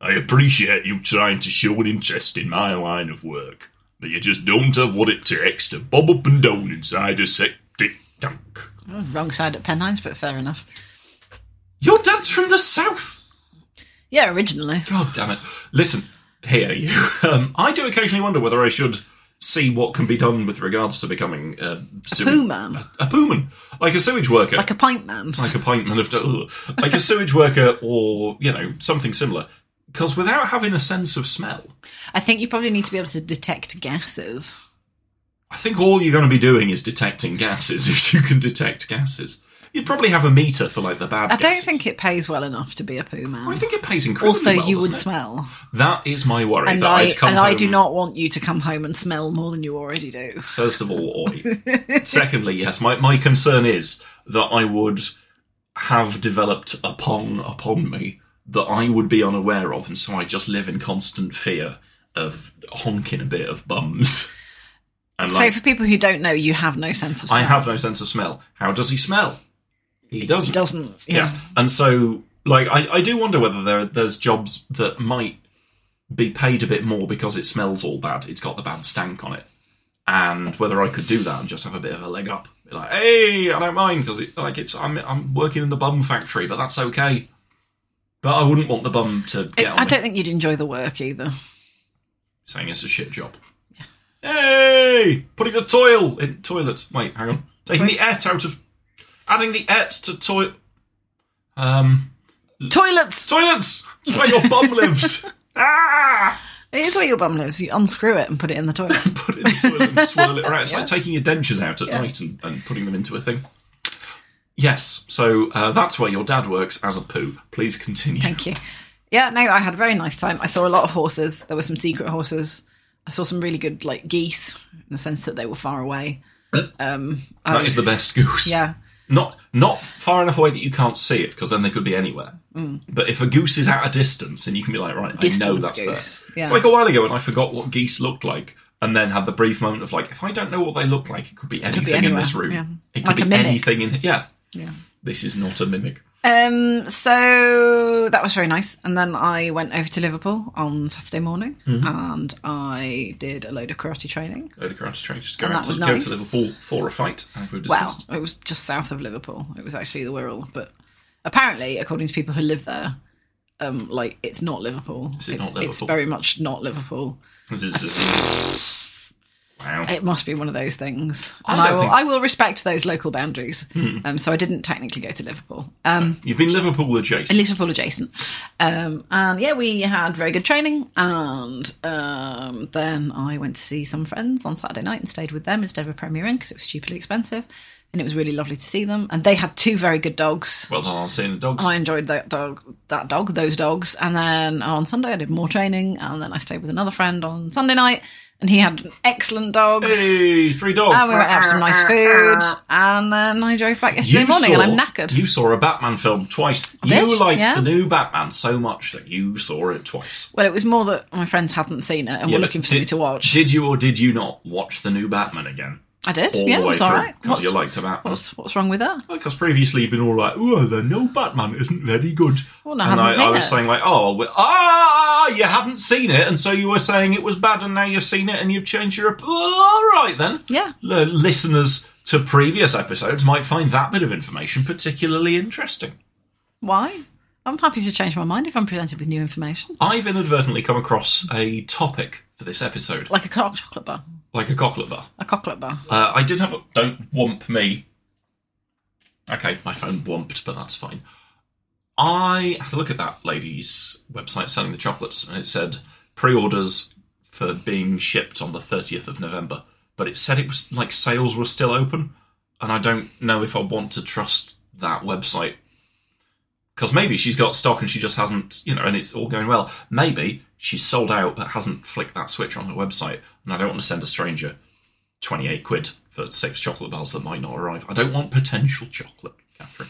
Speaker 1: I appreciate you trying to show an interest in my line of work, but you just don't have what it takes to bob up and down inside a septic tank.
Speaker 2: Oh, wrong side at Pennines, but fair enough.
Speaker 1: Your dad's from the south.
Speaker 2: Yeah, originally.
Speaker 1: God damn it. Listen, here you. <laughs> Um, I do occasionally wonder whether I should see what can be done with regards to becoming a, sewe-
Speaker 2: Poo man.
Speaker 1: a, a pooman, like a sewage worker,
Speaker 2: Like a pint man.
Speaker 1: like a pintman of ugh. like a sewage worker or you know something similar. Because without having a sense of smell,
Speaker 2: I think you probably need to be able to detect gases.
Speaker 1: I think all you're going to be doing is detecting gases. <laughs> If you can detect gases, you'd probably have a meter for like the bad.
Speaker 2: I don't
Speaker 1: gases.
Speaker 2: think it pays well enough to be a poo man.
Speaker 1: I think it pays incredibly
Speaker 2: also,
Speaker 1: well,
Speaker 2: you
Speaker 1: doesn't
Speaker 2: would
Speaker 1: it?
Speaker 2: smell,
Speaker 1: That is my worry.
Speaker 2: and
Speaker 1: that
Speaker 2: I
Speaker 1: I'd come
Speaker 2: and I do
Speaker 1: home-
Speaker 2: not want you to come home and smell more than you already do.
Speaker 1: First of all, oi. Secondly, yes, my, my concern is that I would have developed a pong upon me that I would be unaware of, and so I just live in constant fear of honking a bit of bums. <laughs> And like,
Speaker 2: so, for people who don't know, you have no sense of smell.
Speaker 1: I have no sense of smell. How does he smell? He doesn't.
Speaker 2: It doesn't.
Speaker 1: Yeah.
Speaker 2: Yeah.
Speaker 1: And so, like, I, I do wonder whether there there's jobs that might be paid a bit more because it smells all bad. It's got the bad stank on it. And whether I could do that and just have a bit of a leg up, be like, hey, I don't mind because it, like it's I'm I'm working in the bum factory, but that's okay. But I wouldn't want the bum to get
Speaker 2: It-
Speaker 1: on
Speaker 2: I
Speaker 1: me,
Speaker 2: don't think you'd enjoy the work either.
Speaker 1: saying it's a shit job. Hey, putting the toil in toilet. Wait, hang on, taking the et out of, adding the et to toil. Um,
Speaker 2: Toilets.
Speaker 1: Toilets! It's where your bum
Speaker 2: <laughs>
Speaker 1: lives! Ah!
Speaker 2: It is where your bum lives. You unscrew it and put it in the toilet.
Speaker 1: Put it in the toilet and swirl it around. It's like taking your dentures out at night and, and putting them into a thing. Yes, so uh, that's where your dad works as a poo. Please continue.
Speaker 2: Thank you. Yeah, no, I had a very nice time. I saw a lot of horses. There were some secret horses. I saw some really good like geese in the sense that they were far away. Um, I
Speaker 1: That is the
Speaker 2: was-
Speaker 1: best goose.
Speaker 2: Yeah,
Speaker 1: Not not far enough away that you can't see it, because then they could be anywhere. But if a goose is at a distance, and you can be like, right, I know
Speaker 2: Mm. Distance
Speaker 1: that's
Speaker 2: goose,
Speaker 1: there.
Speaker 2: yeah.
Speaker 1: It's like a while ago when I forgot what geese looked like, and then had the brief moment of like, if I don't know what they look like, it could be anything in
Speaker 2: anywhere,
Speaker 1: this room.
Speaker 2: yeah.
Speaker 1: It could
Speaker 2: Like a
Speaker 1: be
Speaker 2: mimic.
Speaker 1: anything in yeah.
Speaker 2: yeah.
Speaker 1: This is not a mimic.
Speaker 2: Um, so that was very nice. And then I went over to Liverpool on Saturday morning,
Speaker 1: Mm-hmm.
Speaker 2: and I did a load of karate training.
Speaker 1: Go to Karate Train, just go,
Speaker 2: And
Speaker 1: out
Speaker 2: that
Speaker 1: to,
Speaker 2: was
Speaker 1: go
Speaker 2: nice.
Speaker 1: to Liverpool for a fight, as we
Speaker 2: Well,
Speaker 1: discussed.
Speaker 2: it was just south of Liverpool. It was actually the Wirral, but apparently, according to people who live there, um, like it's not Liverpool.
Speaker 1: it
Speaker 2: it's,
Speaker 1: not
Speaker 2: it's
Speaker 1: Liverpool?
Speaker 2: very much not Liverpool.
Speaker 1: This is uh, wow.
Speaker 2: It must be one of those things.
Speaker 1: I
Speaker 2: And I,
Speaker 1: don't
Speaker 2: will
Speaker 1: think- Hmm.
Speaker 2: I will respect those local boundaries. Um, so I didn't technically go to Liverpool. Um,
Speaker 1: You've been Liverpool adjacent.
Speaker 2: Liverpool adjacent. Um, and yeah, we had very good training. And um, then I went to see some friends on Saturday night and stayed with them instead of a Premier Inn because it was stupidly expensive. And it was really lovely to see them. And they had two very good dogs.
Speaker 1: Well done on seeing the dogs.
Speaker 2: I enjoyed that dog, that dog, those dogs. And then on Sunday, I did more training, and then I stayed with another friend on Sunday night, and he had an excellent dog.
Speaker 1: Hey, three dogs.
Speaker 2: And we went Oh, out for some nice food, and then I drove back yesterday morning, and I'm knackered.
Speaker 1: You saw a Batman film twice.
Speaker 2: did,
Speaker 1: you liked
Speaker 2: yeah.
Speaker 1: the new Batman so much that you saw it twice.
Speaker 2: well, it was more that my friends hadn't seen it, and
Speaker 1: Yeah,
Speaker 2: were
Speaker 1: but
Speaker 2: looking for something
Speaker 1: did-
Speaker 2: to watch.
Speaker 1: Did you or did you not watch the new Batman again?
Speaker 2: I did.
Speaker 1: All
Speaker 2: yeah,
Speaker 1: the
Speaker 2: it
Speaker 1: way
Speaker 2: was
Speaker 1: through
Speaker 2: all right.
Speaker 1: because you
Speaker 2: What's,
Speaker 1: liked the Batman.
Speaker 2: what's what's wrong with that?
Speaker 1: Because previously you've been all like, "Oh, the no Batman isn't very good,"
Speaker 2: Well, no, I
Speaker 1: and
Speaker 2: hadn't seen
Speaker 1: I was
Speaker 2: it.
Speaker 1: saying like, "Oh, we- ah, you hadn't seen it, and so you were saying it was bad, and now you've seen it, and you've changed your op- all right then."
Speaker 2: Yeah.
Speaker 1: L- listeners to previous episodes might find that bit of information particularly interesting.
Speaker 2: Why? I'm happy to change my mind if I'm presented with new information,
Speaker 1: I've inadvertently come across a topic for this episode,
Speaker 2: like a cock chocolate bar,
Speaker 1: like a cocklet bar.
Speaker 2: a cocklet bar.
Speaker 1: Uh, I did have a. Don't womp me. Okay, my phone womped, but that's fine. I had a look at that lady's website selling the chocolates, and it said pre-orders for being shipped on the 30th of November. But it said it was like sales were still open, and I don't know if I want to trust that website because maybe she's got stock and she just hasn't, you know, and it's all going well. Maybe she's sold out but hasn't flicked that switch on her website, and I don't want to send a stranger 28 quid for six chocolate bars that might not arrive. I don't want potential chocolate, Catherine.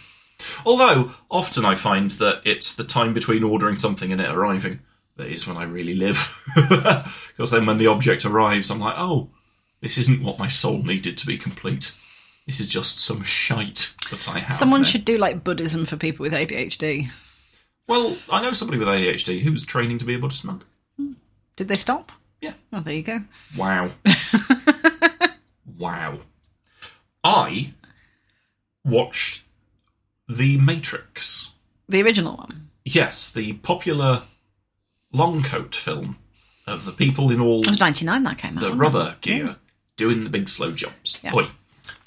Speaker 1: Although, often I find that it's the time between ordering something and it arriving that is when I really live. <laughs> Because then when the object arrives, I'm like, oh, this isn't what my soul needed to be complete. This is just some shite that I have.
Speaker 2: Someone
Speaker 1: now."
Speaker 2: should do like Buddhism for people with ADHD.
Speaker 1: Well, I know somebody with ADHD who was training to be a Buddhist monk.
Speaker 2: Did they stop?
Speaker 1: Yeah.
Speaker 2: Oh, there you go. <laughs>
Speaker 1: Wow. wow. I watched The Matrix.
Speaker 2: The original one.
Speaker 1: Yes, the popular long coat film of the people in all
Speaker 2: It was 99 that came out.
Speaker 1: the
Speaker 2: wasn't
Speaker 1: rubber gear doing the big slow jumps.
Speaker 2: Yeah.
Speaker 1: Oi.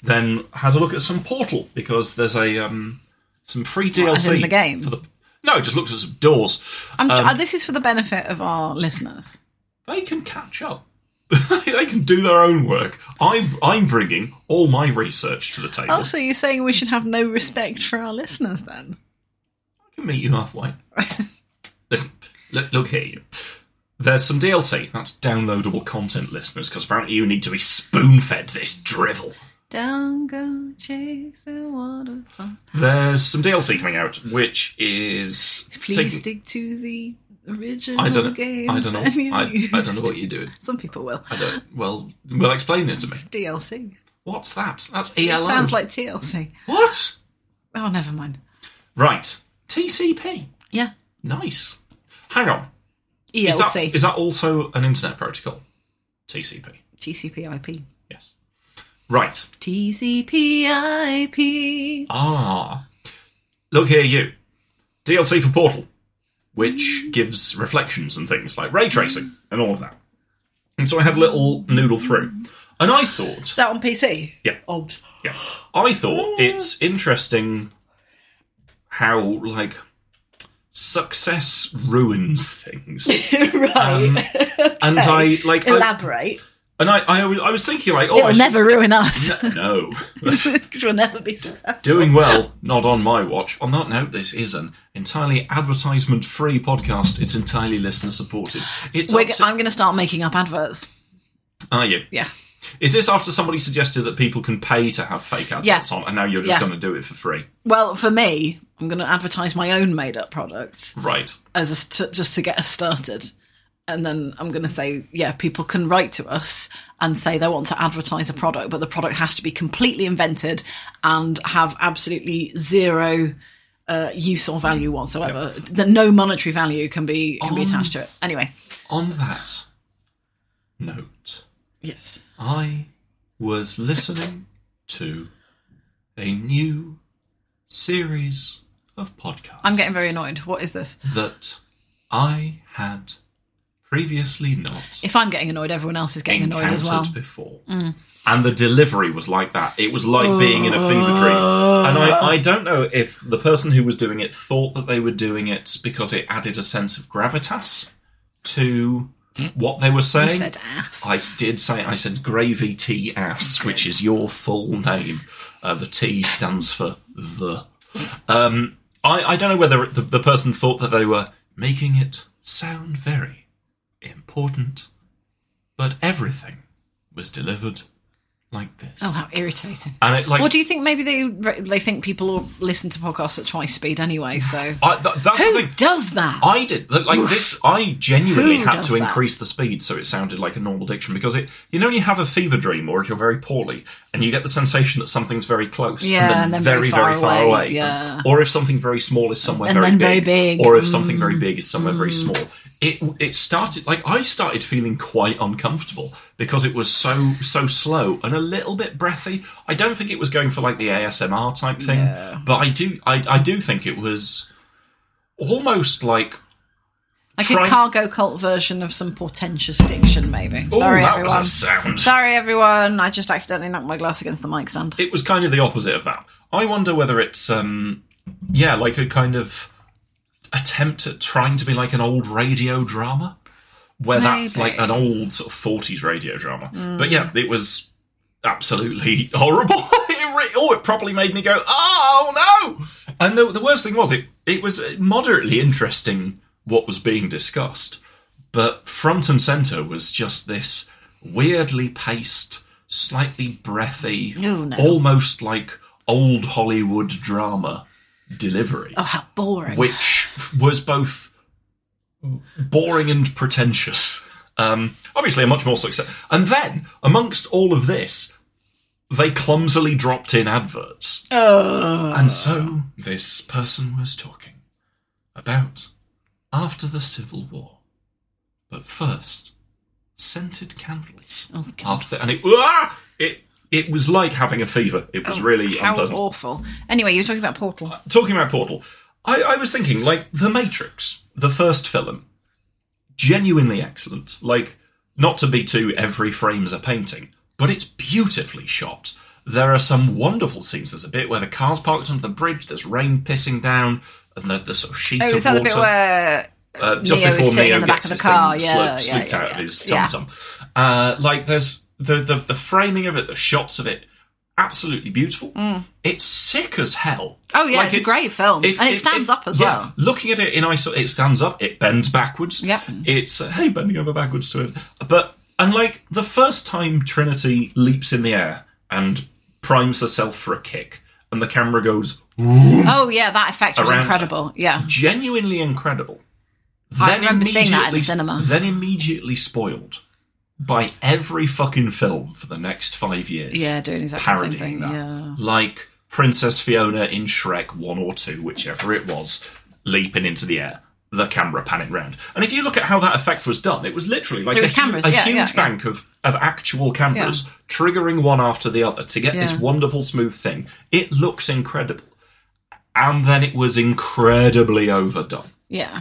Speaker 1: Then had a look at some Portal because there's a um, some free DLC
Speaker 2: as in the game?
Speaker 1: for the. No, it just looks at some doors.
Speaker 2: it? I'm,
Speaker 1: um,
Speaker 2: uh, this is for the benefit of our listeners.
Speaker 1: they can catch up. <laughs> they can do their own work. I'm I'm bringing all my research to the table.
Speaker 2: Oh, so you're saying we should have no respect for our listeners then?
Speaker 1: I can meet you
Speaker 2: <laughs>
Speaker 1: halfway. Listen, look, look here, you. There's some DLC. That's downloadable content, listeners, because apparently you need to be spoon fed this drivel.
Speaker 2: Down go chasing waterfalls.
Speaker 1: There's some DLC coming out, which is
Speaker 2: Please
Speaker 1: taking-
Speaker 2: stick to the original
Speaker 1: I don't.
Speaker 2: games.
Speaker 1: I don't know.
Speaker 2: that you
Speaker 1: I, I don't know
Speaker 2: used.
Speaker 1: what you're doing.
Speaker 2: <laughs> Some people will.
Speaker 1: I don't. Well, well, explain it to me.
Speaker 2: DLC.
Speaker 1: What's that? That's
Speaker 2: It
Speaker 1: ELO.
Speaker 2: sounds like TLC.
Speaker 1: what?
Speaker 2: Oh, never mind.
Speaker 1: Right. TCP.
Speaker 2: Yeah. E
Speaker 1: Nice. Hang on.
Speaker 2: ELC.
Speaker 1: Is that, is that also an internet protocol? TCP.
Speaker 2: TCP/IP.
Speaker 1: Yes. Right.
Speaker 2: TCP/IP.
Speaker 1: Ah. Look here, you. DLC for Portal, which gives reflections and things like ray tracing and all of that. And so I had a little noodle through. And I thought,
Speaker 2: Is that on PC?
Speaker 1: Yeah.
Speaker 2: Obs. <laughs>
Speaker 1: yeah, I thought it's interesting how, like, success ruins things.
Speaker 2: right. <laughs>
Speaker 1: Um, And I, like, I,
Speaker 2: Elaborate.
Speaker 1: and I, I, was- I was thinking, like, oh, I
Speaker 2: It'll
Speaker 1: should-
Speaker 2: never
Speaker 1: <laughs>
Speaker 2: ruin us <laughs>
Speaker 1: No.
Speaker 2: because we'll never be successful.
Speaker 1: Doing well, not on my watch. On that note, this is an entirely advertisement free podcast. It's entirely listener supported. It's
Speaker 2: We're
Speaker 1: up
Speaker 2: g-
Speaker 1: to,
Speaker 2: I'm going to start making up adverts.
Speaker 1: are you?
Speaker 2: Yeah.
Speaker 1: Is this after somebody suggested that people can pay to have fake adverts on and now you're just
Speaker 2: Yeah.
Speaker 1: gonna do it for free?
Speaker 2: Well, for me, I'm going to advertise my own made-up products
Speaker 1: Right.
Speaker 2: as a st- just to get us started, and then I'm going to say, yeah, people can write to us and say they want to advertise a product, but the product has to be completely invented and have absolutely zero uh, use or value whatsoever. That no monetary value can be can be
Speaker 1: Um,
Speaker 2: attached to it. Anyway,
Speaker 1: On that note,
Speaker 2: yes,
Speaker 1: I was listening to a new series of podcasts.
Speaker 2: I'm getting very annoyed. What is this?
Speaker 1: that I had previously not
Speaker 2: If I'm getting annoyed, everyone else is getting annoyed
Speaker 1: encountered
Speaker 2: as well.
Speaker 1: before. And the delivery was like that. It was like being in a fever dream. And I, I don't know if the person who was doing it thought that they were doing it because it added a sense of gravitas to what they were saying.
Speaker 2: You said ass.
Speaker 1: I did say I said gravy tea ass, which is your full name. Uh, the T stands for the. Um, I, I don't know whether the, the person thought that they were making it sound very important, but everything was delivered like this.
Speaker 2: oh, how irritating.
Speaker 1: And it like
Speaker 2: Well, do you think maybe they they think people listen to podcasts at twice speed
Speaker 1: <laughs>
Speaker 2: anyway? So
Speaker 1: I, th- Oh, that's the
Speaker 2: who
Speaker 1: thing.
Speaker 2: does that?
Speaker 1: I did like like this. I genuinely
Speaker 2: Who
Speaker 1: had
Speaker 2: does
Speaker 1: to
Speaker 2: that?
Speaker 1: increase the speed so it sounded like a normal diction because it. You know, when you have a fever dream or if you're very poorly and you get the sensation that something's very close,
Speaker 2: Yeah, and then very far away, yeah.
Speaker 1: or if something very small is somewhere
Speaker 2: And
Speaker 1: very,
Speaker 2: then
Speaker 1: big,
Speaker 2: very big,
Speaker 1: or if something
Speaker 2: Mm.
Speaker 1: very big is somewhere very small. It it started like I started feeling quite uncomfortable because it was so so slow and a little bit breathy. I don't think it was going for like the ASMR type thing,
Speaker 2: Yeah.
Speaker 1: but I do I, I do think it was almost like
Speaker 2: like
Speaker 1: try-
Speaker 2: a cargo cult version of some portentous diction, maybe.
Speaker 1: oh
Speaker 2: Sorry,
Speaker 1: that
Speaker 2: everyone.
Speaker 1: was a sound.
Speaker 2: Sorry, everyone. I just accidentally knocked my glass against the mic stand.
Speaker 1: It was kind of the opposite of that. I wonder whether it's um yeah like a kind of attempt at trying to be like an old radio drama, where that's
Speaker 2: Maybe.
Speaker 1: like an old sort of forties radio drama. But yeah, it was absolutely <laughs> horrible. it re- oh, it probably made me go, oh no! And the, the worst thing was, it it was moderately interesting what was being discussed, but front and center was just this weirdly paced, slightly breathy,
Speaker 2: Oh, no.
Speaker 1: almost like old Hollywood drama delivery
Speaker 2: Oh, how boring.
Speaker 1: which was both boring and pretentious. Um, obviously, a much more success. And then, amongst all of this, they clumsily dropped in adverts.
Speaker 2: Ugh.
Speaker 1: And so, this person was talking about after the Civil War, but first, scented candles.
Speaker 2: Oh, God.
Speaker 1: After, and it, ah! it, it was like having a fever. It was really
Speaker 2: Oh, How
Speaker 1: unpleasant.
Speaker 2: awful. Anyway, you were talking about Portal.
Speaker 1: talking about Portal, I, I was thinking like The Matrix, the first film, genuinely excellent. Like, not to be too every frame's a painting, but it's beautifully shot. There are some wonderful scenes. There's a bit where the car's parked under the bridge. There's rain pissing down, and the, the sort of sheet
Speaker 2: Oh,
Speaker 1: of
Speaker 2: is that
Speaker 1: water
Speaker 2: the bit where
Speaker 1: uh, just
Speaker 2: Neo is
Speaker 1: before
Speaker 2: sitting
Speaker 1: Neo
Speaker 2: in the back
Speaker 1: gets
Speaker 2: of the
Speaker 1: his
Speaker 2: car,
Speaker 1: thing
Speaker 2: yeah,
Speaker 1: slipped,
Speaker 2: yeah,
Speaker 1: slipped
Speaker 2: yeah,
Speaker 1: out of
Speaker 2: yeah.
Speaker 1: his
Speaker 2: Yeah.
Speaker 1: tum tum. Uh, like there's the, the the framing of it, the shots of it, absolutely beautiful. It's sick as hell.
Speaker 2: Mm. Oh, yeah, it's a great film. And it stands up as
Speaker 1: yeah,
Speaker 2: well.
Speaker 1: Looking at it in iso, it stands up. It bends backwards.
Speaker 2: Yep.
Speaker 1: It's uh, hey bending over backwards to it, but and like the first time Trinity leaps in the air and primes herself for a kick, and the camera goes
Speaker 2: Oh yeah, that effect was
Speaker 1: Around-
Speaker 2: incredible. Yeah.
Speaker 1: genuinely incredible.
Speaker 2: I remember seeing that at the
Speaker 1: immediately-
Speaker 2: cinema.
Speaker 1: Then immediately spoiled by every fucking film for the next five years.
Speaker 2: Yeah, doing exactly the
Speaker 1: parodying
Speaker 2: same thing,
Speaker 1: that,
Speaker 2: yeah.
Speaker 1: like Princess Fiona in Shrek one or two, whichever it was, leaping into the air. The camera panning round, and if you look at how that effect was done, it was literally like
Speaker 2: It was
Speaker 1: a, hu-
Speaker 2: cameras,
Speaker 1: a
Speaker 2: yeah,
Speaker 1: huge
Speaker 2: yeah, yeah.
Speaker 1: bank of of actual cameras triggering one after the other to get this
Speaker 2: Yeah.
Speaker 1: wonderful smooth thing. It looks incredible, and then it was incredibly overdone
Speaker 2: Yeah.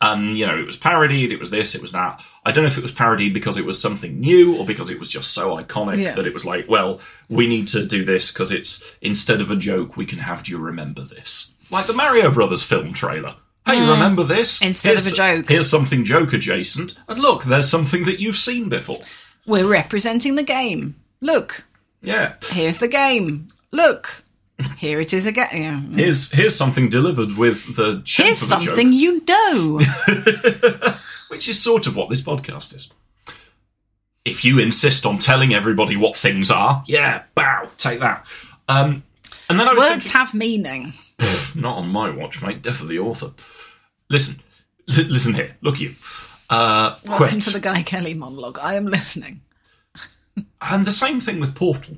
Speaker 1: and you know it was parodied it was this it was that i don't know if it was parodied because it was something new or because it was just so iconic
Speaker 2: Yeah.
Speaker 1: that it was like well we need to do this because it's instead of a joke we can have do you remember this like the mario brothers film trailer hey remember this
Speaker 2: Instead of a joke.
Speaker 1: here's something joke adjacent and look there's something that you've seen before
Speaker 2: We're representing the game. Look,
Speaker 1: yeah
Speaker 2: here's the game. Look, here it is again. Yeah.
Speaker 1: here's here's something delivered with the shape
Speaker 2: Here's
Speaker 1: of a joke.
Speaker 2: something you
Speaker 1: <laughs>
Speaker 2: know.
Speaker 1: which is sort of what this podcast is. If you insist on telling everybody what things are, yeah, bow, take that. Um, and then I was
Speaker 2: Words have meaning.
Speaker 1: thinking, not on my watch, mate. Death of the author. Listen, <laughs> l- listen here. Look you. Uh,
Speaker 2: Welcome
Speaker 1: quit.
Speaker 2: to the Guy Kelly monologue. I am listening.
Speaker 1: And the same thing with Portal.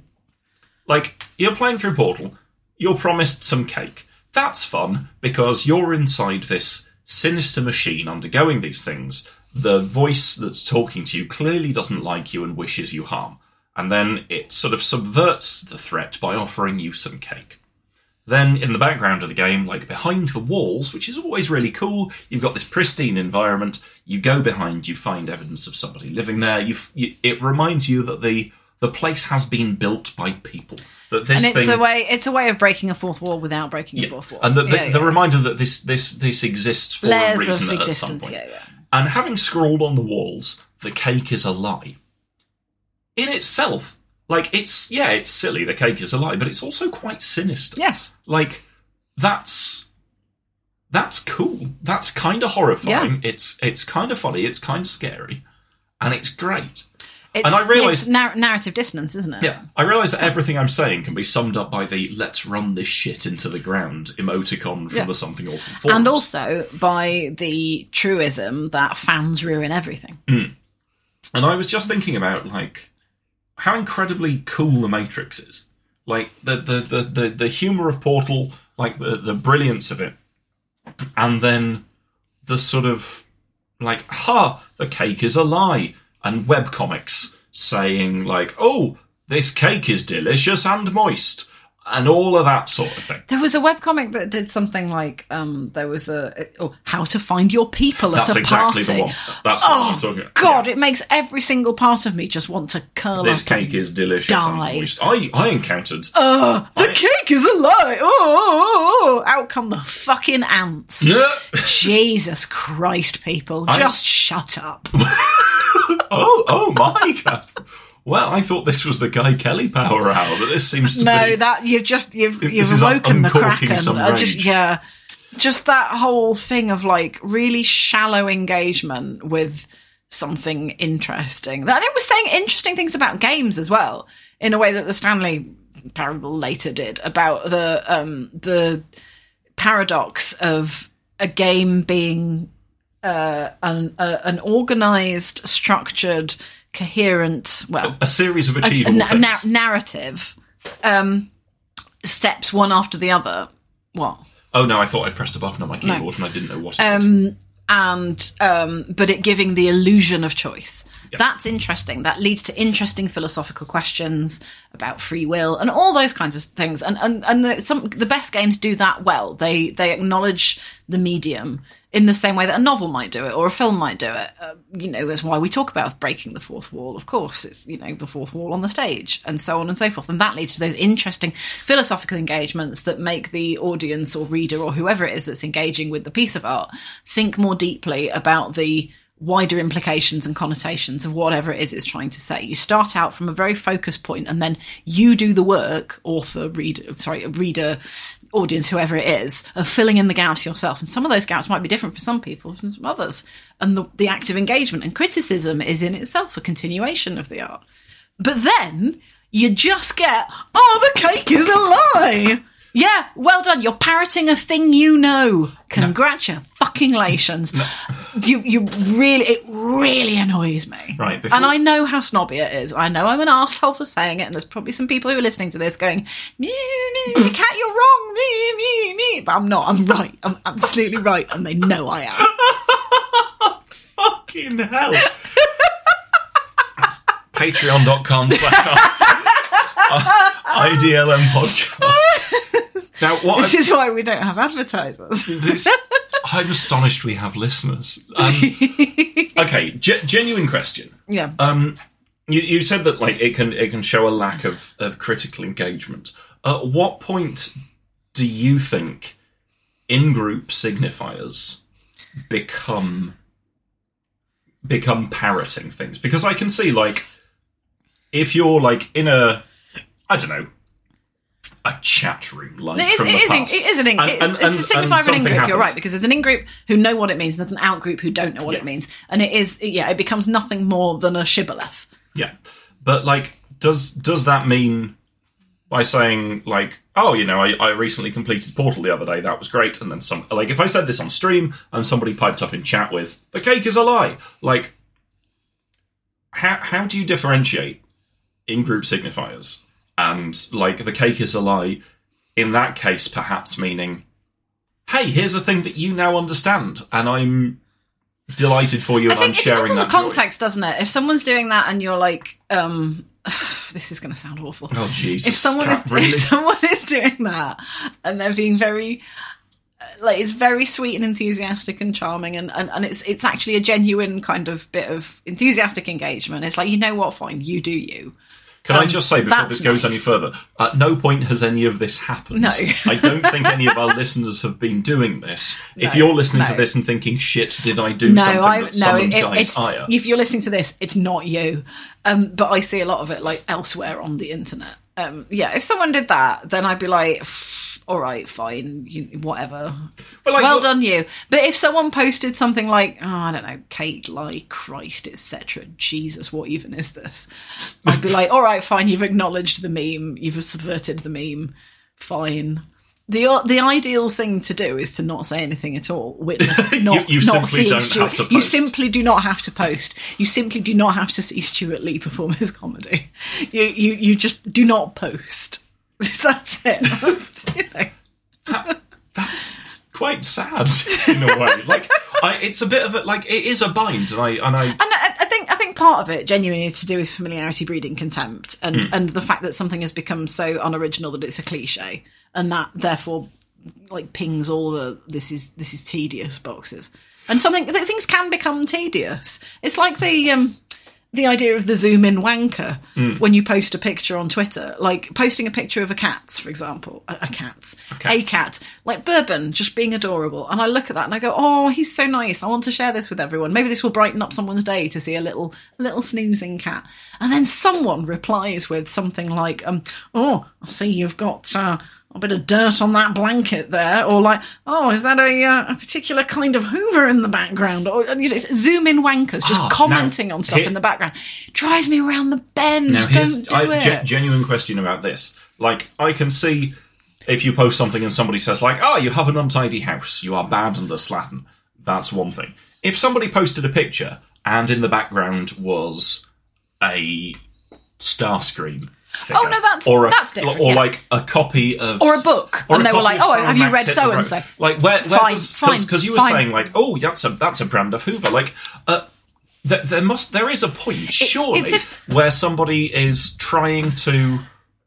Speaker 1: Like, you're playing through Portal, you're promised some cake. That's fun because you're inside this sinister machine undergoing these things. The voice that's talking to you clearly doesn't like you and wishes you harm. And then it sort of subverts the threat by offering you some cake. Then, in the background of the game, like behind the walls, which is always really cool, you've got this pristine environment. You go behind, you find evidence of somebody living there. You, f- you it reminds you that the the place has been built by people. That this
Speaker 2: And it's
Speaker 1: thing,
Speaker 2: a way it's a way of breaking a fourth wall without breaking a
Speaker 1: Yeah.
Speaker 2: fourth wall.
Speaker 1: and the, the,
Speaker 2: Yeah,
Speaker 1: the
Speaker 2: yeah.
Speaker 1: reminder that this this this exists for a
Speaker 2: layers
Speaker 1: reason at-
Speaker 2: of
Speaker 1: at some
Speaker 2: existence.
Speaker 1: point.
Speaker 2: Yeah, yeah.
Speaker 1: And having scrawled on the walls, the cake is a lie. In itself, like it's yeah, it's silly. The cake is a lie, but it's also quite sinister
Speaker 2: Yes.
Speaker 1: like that's that's cool that's kind of horrifying it's it's kind of funny it's kind of scary and it's great
Speaker 2: It's,
Speaker 1: I realised-
Speaker 2: it's nar- narrative dissonance, isn't it?
Speaker 1: yeah i realize that everything i'm saying can be summed up by the let's run this shit into the ground emoticon from
Speaker 2: Yeah.
Speaker 1: the something awful forums.
Speaker 2: And also by the truism that fans ruin everything.
Speaker 1: And I was just thinking about like how incredibly cool the Matrix is. Like the the the the, the humor of Portal, like the the brilliance of it, and then the sort of like ha the cake is a lie and web comics saying like oh this cake is delicious and moist and all of that sort of thing.
Speaker 2: There was a webcomic that did something like um, there was a oh, how to find your people
Speaker 1: That's
Speaker 2: at a
Speaker 1: exactly
Speaker 2: party. Oh,
Speaker 1: the one. That's what I'm talking about.
Speaker 2: God, it makes every single part of me just want to curl
Speaker 1: This
Speaker 2: up.
Speaker 1: cake is delicious
Speaker 2: Die.
Speaker 1: and moist. I I encountered
Speaker 2: Ugh, the cake is a lie. Oh, oh, oh, oh, out come the fucking
Speaker 1: <laughs>
Speaker 2: ants. Jesus Christ, people.
Speaker 1: I-
Speaker 2: Just shut up.
Speaker 1: oh, oh my, Catherine. Well, I thought this was the Guy Kelly power hour, but this seems to
Speaker 2: no,
Speaker 1: be.
Speaker 2: that you've just you've
Speaker 1: This
Speaker 2: you've
Speaker 1: is un-
Speaker 2: awoken the
Speaker 1: uncorking
Speaker 2: kraken.
Speaker 1: some
Speaker 2: I just
Speaker 1: rage.
Speaker 2: yeah, just that whole thing of like really shallow engagement with something interesting. That it was saying interesting things about games as well, in a way that the Stanley Parable later did about the um the paradox of a game being uh, an uh, an organized, structured, coherent. Well,
Speaker 1: a series of
Speaker 2: a-
Speaker 1: achievable
Speaker 2: a
Speaker 1: things.
Speaker 2: na- narrative um, steps one after the other. What?
Speaker 1: oh no, I thought I pressed a button on my keyboard and I didn't know what it was.
Speaker 2: Um, and um, but it giving the illusion of choice. That's interesting. That leads to interesting philosophical questions about free will and all those kinds of things. And and and the, some the best games do that well. They they acknowledge the medium in the same way that a novel might do it or a film might do it. Uh, you know, that's why we talk about breaking the fourth wall. Of course, it's you know the fourth wall on the stage and so on and so forth. And that leads to those interesting philosophical engagements that make the audience or reader or whoever it is that's engaging with the piece of art think more deeply about the wider implications and connotations of whatever it is it's trying to say. You start out from a very focused point and then you do the work, author, reader, sorry, reader, audience, whoever it is, of filling in the gaps yourself. And some of those gaps might be different for some people from some others. And the, the act of engagement and criticism is in itself a continuation of the art. But then you just get, oh, the cake is a lie. Yeah, well done. You're parroting a thing you know. Congratulations. <laughs> You you really it really annoys me.
Speaker 1: Right, before-
Speaker 2: and I know how snobby it is. I know I'm an asshole for saying it, and there's probably some people who are listening to this going, me, me, me, cat, you're wrong, me, me, me. But I'm not. I'm right. I'm absolutely right, and they know I
Speaker 1: <laughs>
Speaker 2: am.
Speaker 1: Fucking hell. That's Patreon.com slash IDLM podcast. Now, what
Speaker 2: This is why we don't have advertisers. <laughs>
Speaker 1: this I'm astonished we have listeners. Um,
Speaker 2: <laughs>
Speaker 1: okay, ge- genuine question.
Speaker 2: Yeah.
Speaker 1: Um, you, you said that like it can it can show a lack of, of critical engagement. At what point do you think in group signifiers become become parroting things? Because I can see like if you're like in a I don't know a chat room like
Speaker 2: It is,
Speaker 1: from
Speaker 2: it
Speaker 1: the
Speaker 2: is, in,
Speaker 1: past.
Speaker 2: it is an in,
Speaker 1: And-
Speaker 2: it's,
Speaker 1: and- and-
Speaker 2: it's a signifier
Speaker 1: and
Speaker 2: of an in
Speaker 1: something
Speaker 2: group. You're
Speaker 1: happens.
Speaker 2: right because there's an in group who know what it means. and There's an out group who don't know what
Speaker 1: Yeah.
Speaker 2: it means, and it is yeah, it becomes nothing more than a shibboleth.
Speaker 1: Yeah, but like, does does that mean by saying like, oh, you know, I, I recently completed Portal the other day, that was great, and then some like, if I said this on stream and somebody piped up in chat with the cake is a lie, like, how how do you differentiate in group signifiers and like the cake is a lie in that case, perhaps meaning. Hey, here's a thing that you now understand, and I'm delighted for you, and
Speaker 2: I
Speaker 1: I'm
Speaker 2: think it depends
Speaker 1: sharing
Speaker 2: on the
Speaker 1: that. joy."
Speaker 2: context, doesn't it? If someone's doing that and you're like, um, <sighs> this is going to sound awful.
Speaker 1: Oh Jesus!
Speaker 2: if someone
Speaker 1: Cat,
Speaker 2: is
Speaker 1: really?
Speaker 2: if <laughs> someone is doing that and they're being very uh, like it's very sweet and enthusiastic and charming and, and, and it's it's actually a genuine kind of bit of enthusiastic engagement. It's like you know what, fine, you do you.
Speaker 1: Can I just say before
Speaker 2: Um, that's
Speaker 1: this goes
Speaker 2: nice.
Speaker 1: any further, at no point has any of this happened.
Speaker 2: No.
Speaker 1: <laughs> I don't think any of our listeners have been doing this. if you're listening to
Speaker 2: no.
Speaker 1: this and thinking, "Shit, did I do something that some of
Speaker 2: it-
Speaker 1: guys
Speaker 2: it's,
Speaker 1: hire?"
Speaker 2: if you're listening to this, it's not you. Um, but I see a lot of it like elsewhere on the internet. Um, yeah, if someone did that, then I'd be like, all right, fine, you, whatever.
Speaker 1: But, like,
Speaker 2: well
Speaker 1: look-
Speaker 2: done, you. But if someone posted something like, oh, I don't know, Kate, lie, Christ, etc., Jesus, what even is this? I'd
Speaker 1: <laughs>
Speaker 2: be like, all right, fine, you've acknowledged the meme, you've subverted the meme, fine. The, the ideal thing to do is to not say anything at all.
Speaker 1: <laughs>
Speaker 2: Witness not,
Speaker 1: You- you
Speaker 2: not
Speaker 1: simply
Speaker 2: see
Speaker 1: don't
Speaker 2: Stuart.
Speaker 1: have to
Speaker 2: You
Speaker 1: post.
Speaker 2: simply do not have to post. You simply do not have to see Stuart Lee perform his comedy. <laughs> You you, you just do not post. <laughs> That's it. <laughs> That's, you know.
Speaker 1: It's quite sad <laughs> in a way. like, I, it's a bit of a like it is a bind, and I and I
Speaker 2: And I, I think I think part of it genuinely is to do with familiarity breeding contempt, and and the fact that something has become so unoriginal that it's a cliche, and that therefore like pings all the this is this is tedious boxes, and something that things can become tedious. It's like the um the idea of the zoom in wanker
Speaker 1: Hmm.
Speaker 2: when you post a picture on Twitter, like posting a picture of a cat's, for example, a, a cat's, a
Speaker 1: cat.
Speaker 2: cat, like Bourbon just being adorable, and I look at that and I go, oh, he's so nice. I want to share this with everyone. Maybe this will brighten up someone's day to see a little little snoozing cat. And then someone replies with something like, um, oh, I see you've got. Uh, a bit of dirt on that blanket there, or like, oh, is that a, uh, a particular kind of Hoover in the background? Or you know, it's zoom in wankers, just
Speaker 1: Ah, now,
Speaker 2: commenting on stuff
Speaker 1: here-
Speaker 2: in the background, drives me around the bend.
Speaker 1: Now,
Speaker 2: Don't
Speaker 1: here's
Speaker 2: do
Speaker 1: a
Speaker 2: it.
Speaker 1: ge- genuine question about this. Like, I can see if you post something and somebody says, like, oh, you have an untidy house, you are bad and a slattern. That's one thing. If somebody posted a picture and in the background was a star screen. Figure,
Speaker 2: Oh, no, that's-
Speaker 1: or a,
Speaker 2: that's different,
Speaker 1: Or
Speaker 2: yeah.
Speaker 1: like a copy of
Speaker 2: Or a book, and they were
Speaker 1: copy
Speaker 2: like,
Speaker 1: of
Speaker 2: "Oh,
Speaker 1: Sarah
Speaker 2: have you
Speaker 1: Max
Speaker 2: read
Speaker 1: Hit the Road."
Speaker 2: so-and-so?
Speaker 1: Like where, where
Speaker 2: Fine,
Speaker 1: was
Speaker 2: fine,
Speaker 1: because you were
Speaker 2: fine.
Speaker 1: saying like, oh, that's a that's a brand of Hoover. Like, uh, th- there must there is a point surely
Speaker 2: it's if-
Speaker 1: where somebody is trying to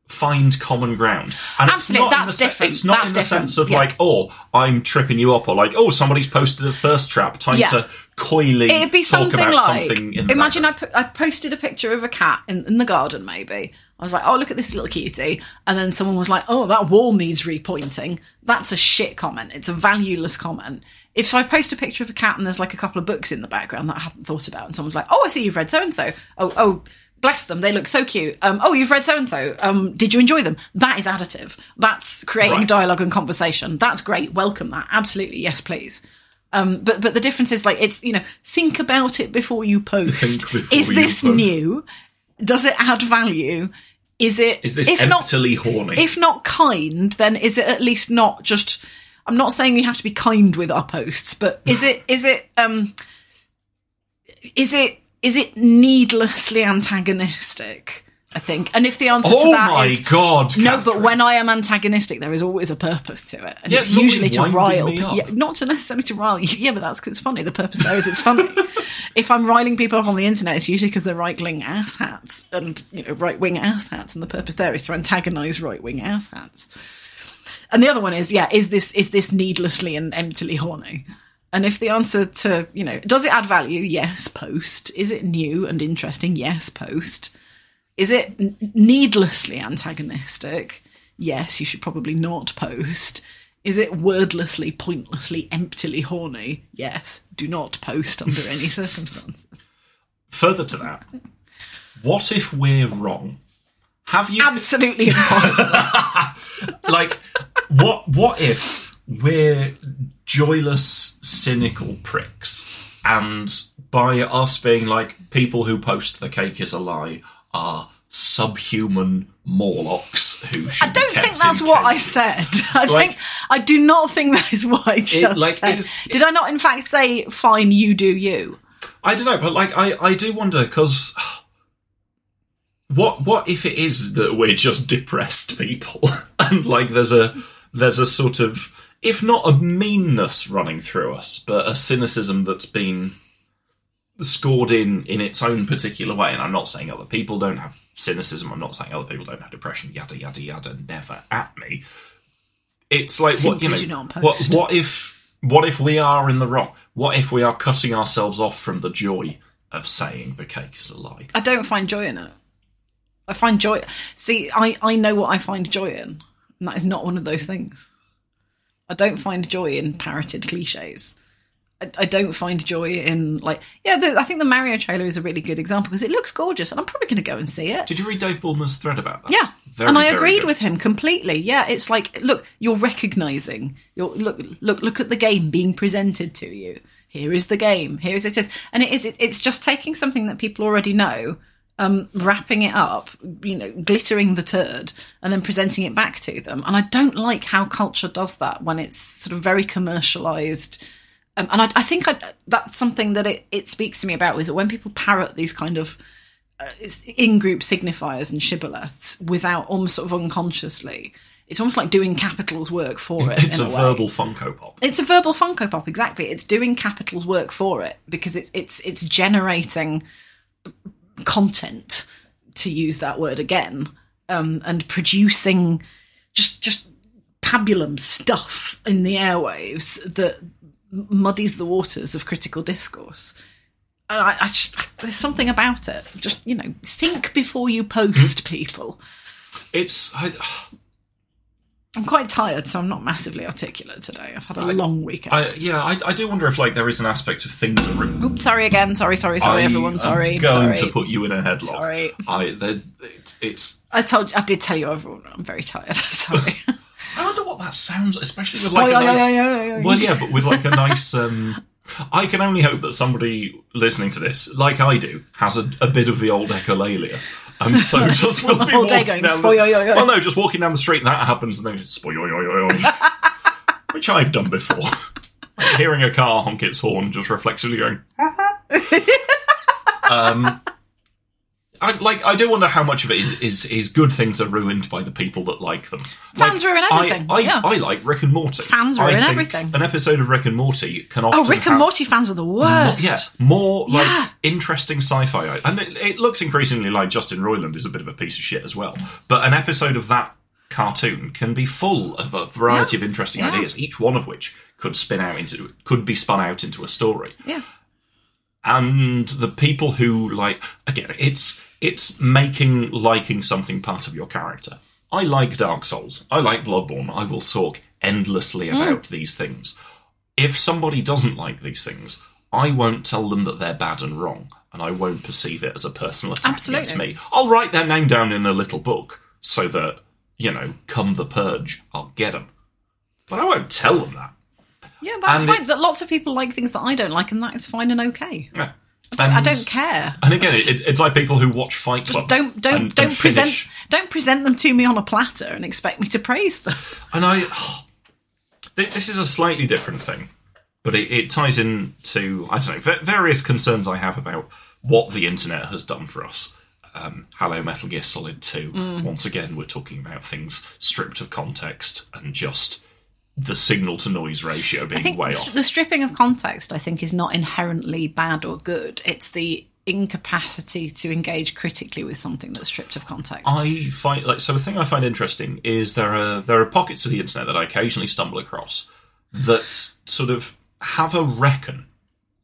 Speaker 1: find common ground and
Speaker 2: Absolutely,
Speaker 1: it's not in the,
Speaker 2: that's
Speaker 1: se-
Speaker 2: different,
Speaker 1: it's not
Speaker 2: that's
Speaker 1: in the
Speaker 2: different,
Speaker 1: sense of
Speaker 2: yeah.
Speaker 1: like oh i'm tripping you up or like oh somebody's posted a thirst trap time
Speaker 2: Yeah.
Speaker 1: to coyly
Speaker 2: It'd be
Speaker 1: talk
Speaker 2: something
Speaker 1: about
Speaker 2: like
Speaker 1: something in the
Speaker 2: imagine
Speaker 1: background.
Speaker 2: I, po- I posted a picture of a cat in, in the garden. Maybe I was like, "Oh, look at this little cutie," and then someone was like, "Oh, that wall needs repointing." That's a shit comment. It's a valueless comment. If I post a picture of a cat and there's like a couple of books in the background that I hadn't thought about, and someone's like, "Oh, I see you've read so and so." Oh, oh. Bless them, they look so cute. Um, oh, you've read so and so. Um, did you enjoy them? That is additive. That's creating
Speaker 1: Right.
Speaker 2: dialogue and conversation. That's great. Welcome that. Absolutely, yes, please. Um, but but the difference is like it's you know think about it before you post.
Speaker 1: Think before
Speaker 2: Is
Speaker 1: you
Speaker 2: this
Speaker 1: post.
Speaker 2: new? Does it add value? Is it
Speaker 1: is this
Speaker 2: if not
Speaker 1: emptily horny
Speaker 2: if not kind? Then is it at least not just? I'm not saying you have to be kind with our posts,
Speaker 1: <sighs>
Speaker 2: but is it is it um is it is it needlessly antagonistic? I think, and if the answer to
Speaker 1: oh
Speaker 2: that
Speaker 1: my
Speaker 2: is
Speaker 1: god
Speaker 2: no, but
Speaker 1: Catherine.
Speaker 2: when I am antagonistic, there is always a purpose to it, and
Speaker 1: Yeah,
Speaker 2: it's
Speaker 1: it's not
Speaker 2: usually
Speaker 1: really
Speaker 2: to
Speaker 1: winding
Speaker 2: rile.
Speaker 1: me up.
Speaker 2: Yeah, not to necessarily to rile you. <laughs> Yeah, but that's 'cause it's funny. The purpose there is
Speaker 1: <laughs>
Speaker 2: it's funny. if I'm riling people up on the internet, it's usually because they're right-wing asshats and you know right-wing asshats, and the purpose there is to antagonise right-wing asshats. And the other one is, yeah, is this is this needlessly and emptily horny? And if the answer to you know, does it add value? Yes, post. Is it new and interesting? Yes, post. Is it n- needlessly antagonistic? Yes, you should probably not post. Is it wordlessly, pointlessly, emptily horny? Yes, do not post under <laughs> any circumstance.
Speaker 1: further to that what if we're wrong have you
Speaker 2: Absolutely impossible.
Speaker 1: like what what if we're joyless cynical pricks and by us being like people who post the cake is a lie are subhuman morlocks who should
Speaker 2: I don't think that's what I said. <laughs> I
Speaker 1: Like-
Speaker 2: think I do not think that is what I just
Speaker 1: like,
Speaker 2: said.
Speaker 1: it's-
Speaker 2: Did I not, in fact, say fine? You do you.
Speaker 1: I don't know, but like I, I do wonder because what what if it is that we're just depressed people <laughs> and like there's a there's a sort of if not a meanness running through us, but a cynicism that's been scored in in its own particular way. And I'm not saying other people don't have cynicism. I'm not saying other people don't have depression. Yada yada yada. Never at me. It's like what
Speaker 2: Simply
Speaker 1: you
Speaker 2: do
Speaker 1: know.
Speaker 2: not
Speaker 1: What
Speaker 2: post.
Speaker 1: what if what if we are in the wrong? What if we are cutting ourselves off from the joy of saying the cake is a lie?
Speaker 2: I don't find joy in it. I find joy. See, I, I know what I find joy in, and that is not one of those things. I don't find joy in parroted cliches. I, I don't find joy in, like, yeah, the, I think the Mario trailer is a really good example because it looks gorgeous, and I'm probably going to go and see it.
Speaker 1: Did you read Dave Baldwin's thread about that?
Speaker 2: Yeah.
Speaker 1: Very,
Speaker 2: and I
Speaker 1: very
Speaker 2: agreed
Speaker 1: good.
Speaker 2: with him completely. Yeah, it's like look, you're recognizing. You're look look look at the game being presented to you. Here is the game. Here is it is. And it is it, it's just taking something that people already know, um wrapping it up, you know, glittering the turd and then presenting it back to them. And I don't like how culture does that when it's sort of very commercialized um, and I, I think I, that's something that it, it speaks to me about is that when people parrot these kind of in group signifiers and shibboleths without almost sort of unconsciously. It's almost like doing capital's work for
Speaker 1: <laughs>
Speaker 2: it.
Speaker 1: It's
Speaker 2: in
Speaker 1: a,
Speaker 2: a, way.
Speaker 1: verbal Funko Pop.
Speaker 2: It's a verbal Funko Pop, exactly. It's doing capital's work for it because it's it's it's generating content, to use that word again, um, and producing just just pabulum stuff in the airwaves that muddies the waters of critical discourse. and I, I just, there's something about it. Just you know, think before you post,
Speaker 1: Mm-hmm.
Speaker 2: people.
Speaker 1: It's I,
Speaker 2: I'm quite tired, so I'm not massively articulate today. I've had a long weekend.
Speaker 1: I yeah, I, I do wonder if like there is an aspect of things that re-
Speaker 2: Oops, sorry again. Sorry, sorry, sorry,
Speaker 1: I
Speaker 2: everyone.
Speaker 1: am
Speaker 2: Sorry,
Speaker 1: going
Speaker 2: sorry.
Speaker 1: to put you in a headlock.
Speaker 2: Sorry.
Speaker 1: I the, it, it's
Speaker 2: I told, you, I did tell you, everyone. I'm very
Speaker 1: <laughs>
Speaker 2: tired. <laughs> sorry.
Speaker 1: I wonder what that sounds especially with like a nice, Well, yeah, but with like a nice. <laughs> Um, I can only hope that somebody listening to this, like I do, has a, a bit of the old echolalia. And so
Speaker 2: <laughs>
Speaker 1: just will be
Speaker 2: whole day
Speaker 1: walking
Speaker 2: going,
Speaker 1: down
Speaker 2: "Spoyoyoyoy."
Speaker 1: the, Well, no, just walking down the street and that happens and then just spoyoyoyoyoy. <laughs> which I've done before. Like hearing a car honk its horn, just reflexively going.
Speaker 2: <laughs>
Speaker 1: um, I, like I do wonder how much of it is, is is good things are ruined by the people that like them.
Speaker 2: Fans
Speaker 1: Like,
Speaker 2: ruin
Speaker 1: I-
Speaker 2: everything,
Speaker 1: I,
Speaker 2: yeah.
Speaker 1: I like Rick and Morty.
Speaker 2: Fans
Speaker 1: I
Speaker 2: ruin
Speaker 1: think
Speaker 2: everything.
Speaker 1: An episode of Rick and Morty can often
Speaker 2: Oh, Rick and
Speaker 1: have
Speaker 2: Morty fans are the
Speaker 1: mo-
Speaker 2: worst.
Speaker 1: yeah, more like
Speaker 2: Yeah.
Speaker 1: interesting sci-fi, and it, it looks increasingly like Justin Roiland is a bit of a piece of shit as well. But an episode of that cartoon can be full of a variety of interesting
Speaker 2: Yeah.
Speaker 1: ideas, each one of which could spin out into could be spun out into a story
Speaker 2: Yeah.
Speaker 1: and the people who like again it's it's making liking something part of your character i like dark souls i like bloodborne i will talk endlessly
Speaker 2: Hmm.
Speaker 1: about these things if somebody doesn't like these things i won't tell them that they're bad and wrong and i won't perceive it as a personal attack against
Speaker 2: Absolutely.
Speaker 1: me i'll write their name down in a little book so that you know come the purge i'll get them but i won't tell them that
Speaker 2: Yeah, that's
Speaker 1: And it-
Speaker 2: fine. That lots of people like things that I don't like, and that is fine and okay.
Speaker 1: Yeah.
Speaker 2: I
Speaker 1: And-
Speaker 2: don't care.
Speaker 1: And again, it, it's like people who watch Fight Club.
Speaker 2: Don't don't
Speaker 1: and- and
Speaker 2: don't present
Speaker 1: finish-
Speaker 2: don't present them to me on a platter and expect me to praise them.
Speaker 1: And I, <sighs> Th- this is a slightly different thing, but it, it ties into I don't know va- various concerns I have about what the internet has done for us. Um, Hello, Metal Gear Solid Two.
Speaker 2: Mm.
Speaker 1: Once again, we're talking about things stripped of context and just the signal to noise ratio
Speaker 2: I
Speaker 1: being
Speaker 2: think
Speaker 1: way
Speaker 2: st-
Speaker 1: off.
Speaker 2: the stripping of context, I think, is not inherently bad or good. It's the incapacity to engage critically with something that's stripped of context.
Speaker 1: I find like so the thing I find interesting is there are there are pockets of the internet that I occasionally stumble across that sort of have a reckon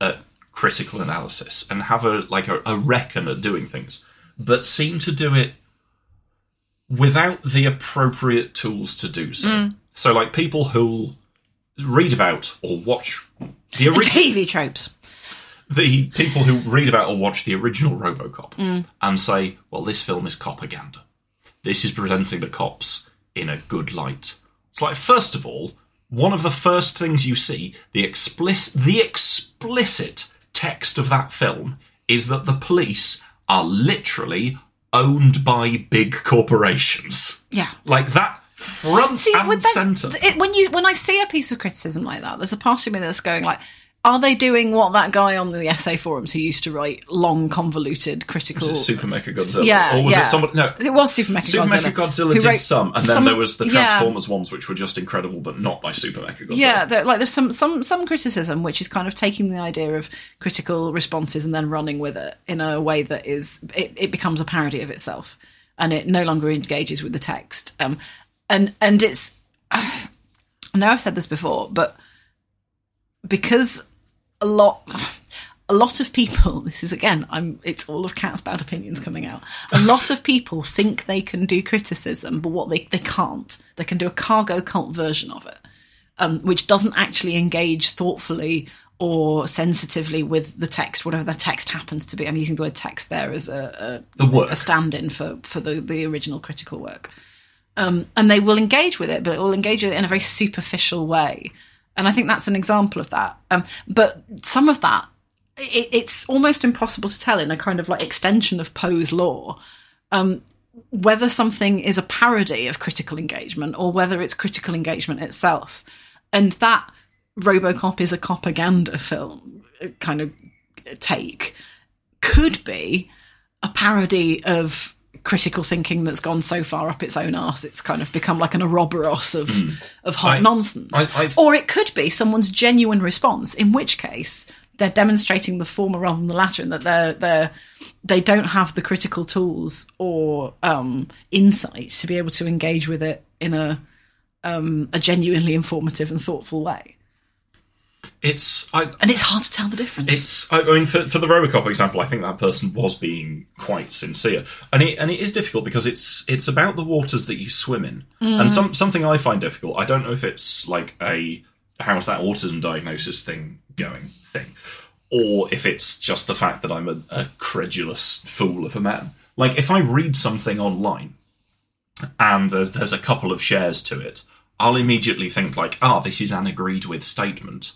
Speaker 1: at critical analysis and have a like a, a reckon at doing things, but seem to do it without the appropriate tools to do so. So like people who read about or watch the original
Speaker 2: TV tropes.
Speaker 1: the people who read about or watch the original RoboCop and say, "Well, this film is copaganda. This is presenting the cops in a good light." It's like, first of all, one of the first things you see the explicit the explicit text of that film is that the police are literally owned by big corporations.
Speaker 2: Yeah.
Speaker 1: Like that front
Speaker 2: See,
Speaker 1: and
Speaker 2: would
Speaker 1: center.
Speaker 2: that, it, when you when I see a piece of criticism like that, there's a part of me that's going like, are they doing what that guy on the essay forums who used to write long, convoluted critical?
Speaker 1: Is it Super Mega Godzilla?
Speaker 2: Yeah,
Speaker 1: or was
Speaker 2: yeah.
Speaker 1: it somebody? No,
Speaker 2: It was Super Mecha
Speaker 1: Super
Speaker 2: Godzilla.
Speaker 1: Mecha Godzilla
Speaker 2: who
Speaker 1: did
Speaker 2: wrote
Speaker 1: some, and then
Speaker 2: some-
Speaker 1: there was the
Speaker 2: yeah.
Speaker 1: Transformers ones, which were just incredible, but not by Super Mecha Godzilla.
Speaker 2: Yeah, there, like there's some some some criticism which is kind of taking the idea of critical responses and then running with it in a way that is it, it becomes a parody of itself and it no longer engages with the text. Um, and and it's <sighs> I know I've said this before, but because a lot a lot of people <laughs> this is again i'm it's all of cat's bad opinions coming out a lot of people think they can do criticism but what they, they can't they can do a cargo cult version of it um, which doesn't actually engage thoughtfully or sensitively with the text whatever the text happens to be i'm using the word text there as a, a
Speaker 1: the work.
Speaker 2: a stand-in for for the the original critical work um and they will engage with it but it will engage with it in a very superficial way and i think that's an example of that um but some of that it, it's almost impossible to tell in a kind of like extension of poe's law um, whether something is a parody of critical engagement or whether it's critical engagement itself. And that Robocop is a propaganda film uh, kind of take could be a parody of critical thinking that's gone so far up its own arse it's kind of become like an Ouroboros of of hot
Speaker 1: Hmm. I-
Speaker 2: nonsense.
Speaker 1: I- I've-
Speaker 2: or it could be someone's genuine response, in which case they're demonstrating the former rather than the latter, and that they're they're they don't have the critical tools or um, insights to be able to engage with it in a um, a genuinely informative and thoughtful way.
Speaker 1: It's I
Speaker 2: and it's hard to tell the difference.
Speaker 1: it's I I mean for, for the Robocop example, I think that person was being quite sincere, and it and it is difficult because it's it's about the waters that you swim in, and some something I find difficult. I don't know if it's like a how's that autism diagnosis thing going thing, or if it's just the fact that I'm a, a credulous fool of a man. Like if I read something online, and there's there's a couple of shares to it, I'll immediately think like, ah, this is an agreed with statement.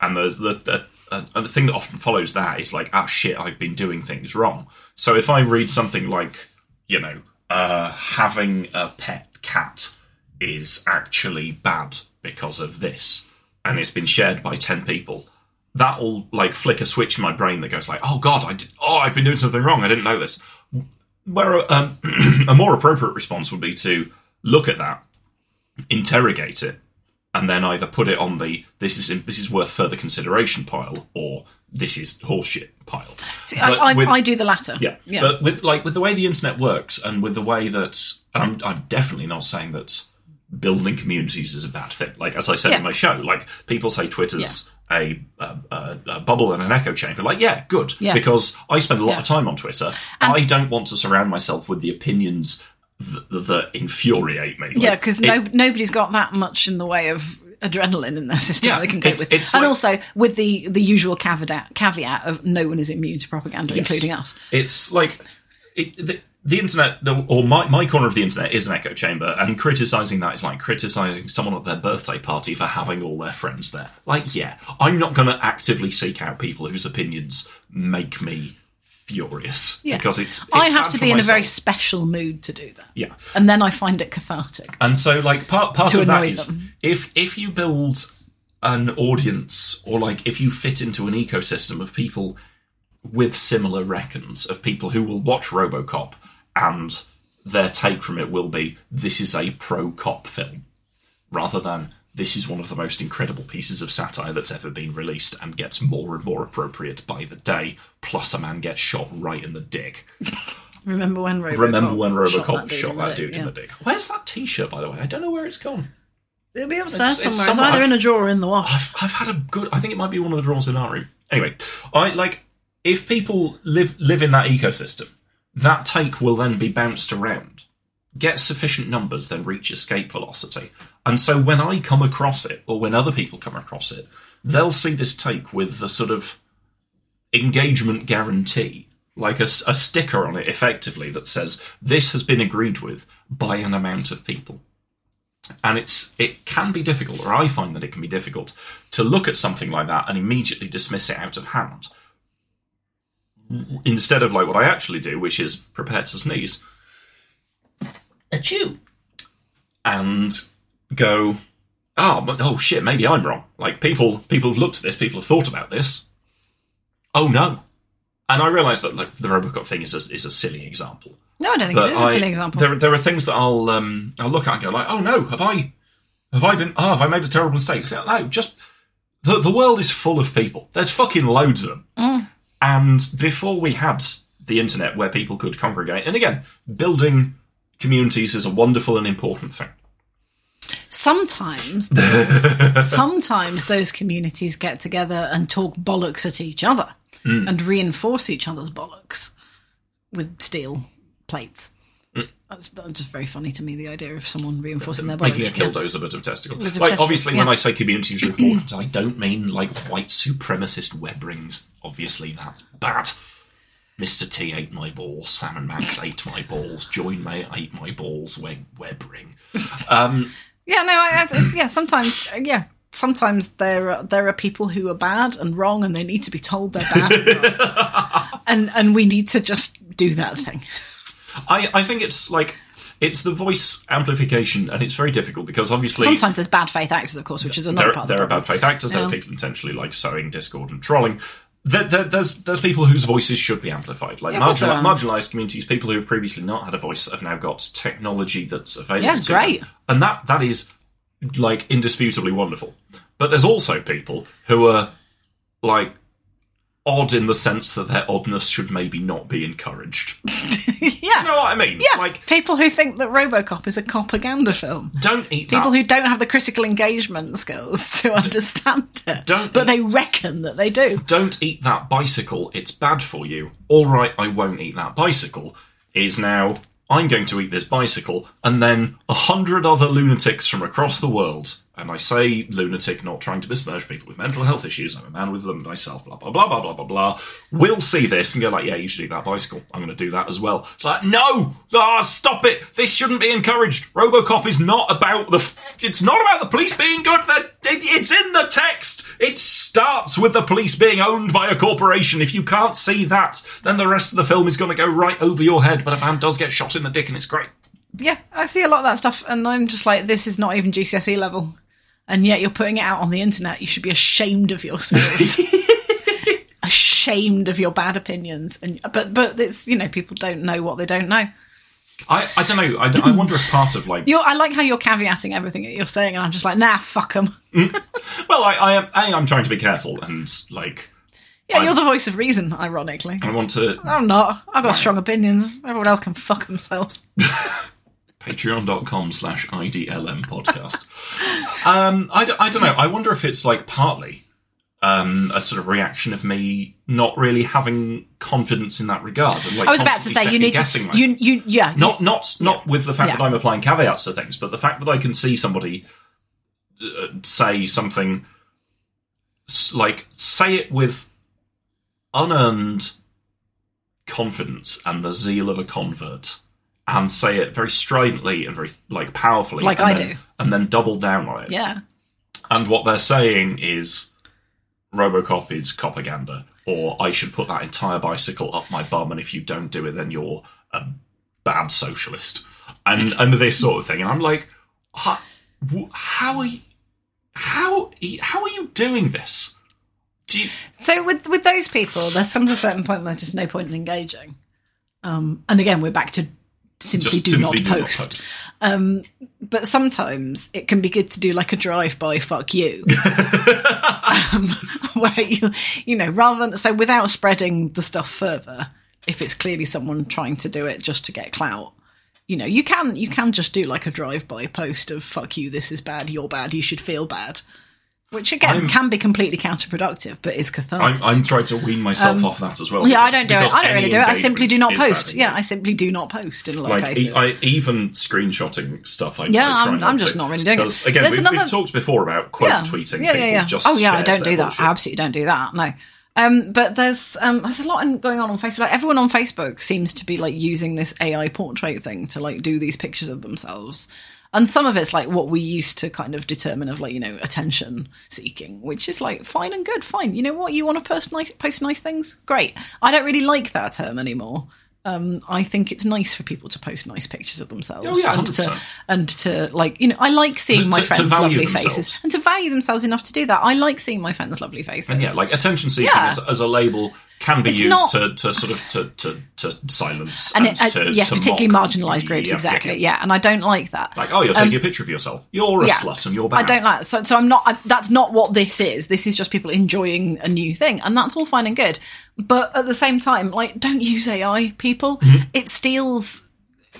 Speaker 1: And there's the, the, uh, and the thing that often follows that is like, ah, shit, I've been doing things wrong. So if I read something like, you know, uh, having a pet cat is actually bad because of this, and it's been shared by 10 people, that'll like flick a switch in my brain that goes like, oh god, I did, oh, I've been doing something wrong, I didn't know this where um, <clears throat> a more appropriate response would be to look at that, interrogate it, and then either put it on the this is this is worth further consideration pile or this is horseshit pile.
Speaker 2: See, I,
Speaker 1: But
Speaker 2: I,
Speaker 1: with-
Speaker 2: I do the latter.
Speaker 1: yeah.
Speaker 2: yeah.
Speaker 1: But with like with the way the internet works and with the way that and I'm I'm definitely not saying that building communities is a bad thing. Like as I said
Speaker 2: Yeah.
Speaker 1: in my show, like people say Twitter's a, a, a, a bubble and an echo chamber. Like, yeah, good.
Speaker 2: Yeah.
Speaker 1: Because I spend a lot
Speaker 2: Yeah.
Speaker 1: of time on Twitter. I don't want to surround myself with the opinions th- th- that infuriate me. Like,
Speaker 2: Yeah, because
Speaker 1: it-
Speaker 2: no, nobody's got that much in the way of adrenaline in their system
Speaker 1: Yeah,
Speaker 2: that they can cope
Speaker 1: it's-
Speaker 2: with.
Speaker 1: it's
Speaker 2: and
Speaker 1: like-
Speaker 2: also with the, the usual caveat, caveat of no one is immune to propaganda, including us.
Speaker 1: It's like it, the, the internet, or my, my corner of the internet is an echo chamber, and criticizing that is like criticizing someone at their birthday party for having all their friends there. Like, yeah, I'm not going to actively seek out people whose opinions make me furious
Speaker 2: Yeah.
Speaker 1: because it's, it's
Speaker 2: I have
Speaker 1: bad
Speaker 2: to
Speaker 1: for
Speaker 2: be in a very
Speaker 1: myself.
Speaker 2: special mood to do that.
Speaker 1: yeah.
Speaker 2: And then I find it cathartic.
Speaker 1: And so, like, part part
Speaker 2: To
Speaker 1: of that
Speaker 2: annoy
Speaker 1: is
Speaker 2: them.
Speaker 1: if if you build an audience, or like if you fit into an ecosystem of people with similar reckons of people who will watch RoboCop, and their take from it will be this is a pro cop film, rather than this is one of the most incredible pieces of satire that's ever been released and gets more and more appropriate by the day. Plus, a man gets shot right in the dick.
Speaker 2: Remember when Robocop
Speaker 1: Remember when
Speaker 2: shot
Speaker 1: RoboCop
Speaker 2: that dude
Speaker 1: shot
Speaker 2: in
Speaker 1: that
Speaker 2: the
Speaker 1: dude
Speaker 2: dick,
Speaker 1: in the dick? Where's that T-shirt, by the way? I don't know where it's gone.
Speaker 2: yeah. It'll be upstairs
Speaker 1: It's- it's
Speaker 2: somewhere. It's
Speaker 1: somewhere.
Speaker 2: either in a drawer or in the wash.
Speaker 1: I've, I've had a good. I think it might be one of the drawers in our room. Anyway, I like if people live live in that ecosystem, that take will then be bounced around, get sufficient numbers, then reach escape velocity. And so when I come across it, or when other people come across it, they'll see this take with the sort of engagement guarantee, like a, s- a sticker on it, effectively that says this has been agreed with by an amount of people and it's it can be difficult, or I find that it can be difficult to look at something like that and immediately dismiss it out of hand. Instead of like what I actually do, which is prepare to sneeze, achoo, and go, oh, but oh shit, maybe I'm wrong. Like people, people have looked at this, people have thought about this. Oh no, and I realise that like the Robocop thing is a, is a silly example,
Speaker 2: No, I don't think it
Speaker 1: but
Speaker 2: is.
Speaker 1: I,
Speaker 2: That's an example.
Speaker 1: There, there are things that I'll um, I'll look at and go like, oh no, have I have I been? Oh, have I made a terrible mistake? So, no, just the the world is full of people. There's fucking loads of them.
Speaker 2: Mm.
Speaker 1: And before we had the internet where people could congregate, and again, building communities is a wonderful and important thing. <laughs>
Speaker 2: sometimes sometimes those communities get together and talk bollocks at each other
Speaker 1: Hmm.
Speaker 2: and reinforce each other's bollocks with steel plates
Speaker 1: Hmm.
Speaker 2: that's, that's just very funny to me the idea of someone reinforcing their bollocks
Speaker 1: Making a killdozer but of testicles.
Speaker 2: Bit of
Speaker 1: like
Speaker 2: testicles,
Speaker 1: obviously when
Speaker 2: yeah.
Speaker 1: I say communities are important, I don't mean like white supremacist web rings. Obviously that's bad. Mr. T ate my balls, Sam and
Speaker 2: <laughs>
Speaker 1: Max ate my balls, Join May ate my balls, web web ring. Um,
Speaker 2: yeah no I, that's- it's- yeah sometimes yeah sometimes there are there are people who are bad and wrong and they need to be told they're bad
Speaker 1: <laughs>
Speaker 2: and, wrong. and and we need to just do that thing
Speaker 1: I, I think it's like it's the voice amplification and it's very difficult because obviously
Speaker 2: sometimes there's bad faith actors of course which is another
Speaker 1: there,
Speaker 2: part of
Speaker 1: there
Speaker 2: the Um,
Speaker 1: are bad faith actors. There are people intentionally like sowing discord and trolling. There, there, there's there's people whose voices should be amplified, like
Speaker 2: Yeah, of course
Speaker 1: marginali-
Speaker 2: there are.
Speaker 1: marginalized communities, people who have previously not had a voice have now got technology that's available.
Speaker 2: Yeah, it's
Speaker 1: to them.
Speaker 2: great.
Speaker 1: and that that is like indisputably wonderful. But there's also people who are like odd in the sense that their oddness should maybe not be encouraged. You
Speaker 2: <laughs> yeah.
Speaker 1: know what I mean?
Speaker 2: Yeah.
Speaker 1: Like,
Speaker 2: people who think that Robocop is a propaganda film.
Speaker 1: don't eat that.
Speaker 2: People who don't have the critical engagement skills to understand it.
Speaker 1: don't-
Speaker 2: but they reckon that they do.
Speaker 1: don't eat that bicycle, it's bad for you. All right, I won't eat that bicycle. Is now, I'm going to eat this bicycle, and then a hundred other lunatics from across the world. And I say lunatic, not trying to besmirch people with mental health issues. I'm a man with them myself. Blah blah blah blah blah blah blah. Will see this and go like, yeah, you should eat that bicycle. I'm going to do that as well. It's like, no, ah, stop it. This shouldn't be encouraged. RoboCop is not about the. F- it's not about the police being good. They're- it- it's in the text. It starts with the police being owned by a corporation. If you can't see that, then the rest of the film is going to go right over your head. But a man does get shot in the dick, and it's great.
Speaker 2: Yeah, I see a lot of that stuff, and I'm just like, this is not even GCSE E level, and yet you're putting it out on the internet. You should be ashamed
Speaker 1: <laughs>
Speaker 2: of yourselves, ashamed of your bad opinions, and but but it's you know people don't know what they don't know.
Speaker 1: I, I don't know. I, I wonder if part of like
Speaker 2: You're, I like how you're caveating everything that you're saying, and I'm just like, nah, fuck them.
Speaker 1: well, I, I am. A, I'm trying to be careful, and like
Speaker 2: Yeah, you're the voice of reason, ironically.
Speaker 1: I want to
Speaker 2: I'm not. I've got strong opinions. Everyone else can fuck themselves.
Speaker 1: patreon.com slash idlm podcast <laughs> um I, d- I don't know i wonder if it's like partly um a sort of reaction of me not really having confidence in that regard and like
Speaker 2: I was about to
Speaker 1: constantly
Speaker 2: say you
Speaker 1: second
Speaker 2: need
Speaker 1: guessing
Speaker 2: to.
Speaker 1: myself.
Speaker 2: You you yeah.
Speaker 1: not not not with the fact
Speaker 2: Yeah.
Speaker 1: that i'm applying caveats to things but the fact that i can see somebody uh, say something s- like say it with unearned confidence and the zeal of a convert and say it very stridently and very like powerfully
Speaker 2: Like
Speaker 1: and
Speaker 2: I
Speaker 1: then,
Speaker 2: do.
Speaker 1: and then double down on it
Speaker 2: yeah.
Speaker 1: and what they're saying is robocop is propaganda or i should put that entire bicycle up my bum and if you don't do it then you're a bad socialist and and this sort of thing and i'm like "Ha- wh- how are you how how are you doing this do you
Speaker 2: So with with those people, there's comes a certain point where there's just no point in engaging. Um, and again, we're back to simply
Speaker 1: just
Speaker 2: do,
Speaker 1: simply
Speaker 2: not,
Speaker 1: do
Speaker 2: post. Um, but sometimes it can be good to do like a drive by
Speaker 1: <laughs>
Speaker 2: "fuck you," um, where you you know rather than so without spreading the stuff further. If it's clearly someone trying to do it just to get clout, you know you can you can just do like a drive by post of "fuck you," this is bad, you're bad, you should feel bad. Which again
Speaker 1: I'm-
Speaker 2: can be completely counterproductive, but is cathartic.
Speaker 1: I'm, I'm trying to wean myself off that as well
Speaker 2: Um, Yeah, I
Speaker 1: because-
Speaker 2: don't do it.
Speaker 1: because
Speaker 2: I don't really
Speaker 1: any
Speaker 2: do it. I simply do not
Speaker 1: engagement is
Speaker 2: post.
Speaker 1: bad
Speaker 2: Yeah, I simply do not post in a lot of
Speaker 1: like
Speaker 2: cases.
Speaker 1: e- I, even screenshotting stuff. I,
Speaker 2: Yeah,
Speaker 1: I try
Speaker 2: I'm-
Speaker 1: not
Speaker 2: I'm just
Speaker 1: to.
Speaker 2: not really doing it.
Speaker 1: 'Cause, Again,
Speaker 2: There's
Speaker 1: we,
Speaker 2: another-
Speaker 1: we've talked before about quote tweeting.
Speaker 2: Yeah,
Speaker 1: People
Speaker 2: yeah, yeah.
Speaker 1: Just
Speaker 2: Oh yeah, I
Speaker 1: shares
Speaker 2: don't
Speaker 1: their
Speaker 2: do that.
Speaker 1: bullshit.
Speaker 2: I absolutely don't do that. No. Um, but there's um, there's a lot in- going on on Facebook. Like everyone on Facebook seems to be like using this AI portrait thing to like do these pictures of themselves. And some of it's like what we used to kind of determine of like you know attention seeking, which is like fine and good, fine. You know what you want to post nice post nice things, great. I don't really like that term anymore. Um, I think it's nice for people to post nice pictures of themselves
Speaker 1: Oh, yeah,
Speaker 2: and to
Speaker 1: 100%.
Speaker 2: and to like you know I like seeing my
Speaker 1: To- to
Speaker 2: friends'
Speaker 1: value
Speaker 2: lovely
Speaker 1: themselves.
Speaker 2: faces and to value themselves enough to do that. I like seeing my friends' lovely faces.
Speaker 1: And yeah, like attention seeking
Speaker 2: Yeah.
Speaker 1: as, as a label can be
Speaker 2: It's
Speaker 1: used
Speaker 2: not-
Speaker 1: to, to sort of to to, to silence
Speaker 2: and
Speaker 1: and,
Speaker 2: it, uh,
Speaker 1: to,
Speaker 2: yeah,
Speaker 1: to
Speaker 2: particularly
Speaker 1: mock.
Speaker 2: marginalised groups.
Speaker 1: Yeah, yeah,
Speaker 2: exactly. Yeah,
Speaker 1: yeah.
Speaker 2: and I don't like that.
Speaker 1: Like, oh, you're taking a picture of yourself. You're a
Speaker 2: yeah.
Speaker 1: slut, and you're
Speaker 2: I
Speaker 1: bad.
Speaker 2: don't like so. So I'm not. I, that's not what this is. This is just people enjoying a new thing, and that's all fine and good. But at the same time, like, don't use AI, people.
Speaker 1: Mm-hmm.
Speaker 2: It steals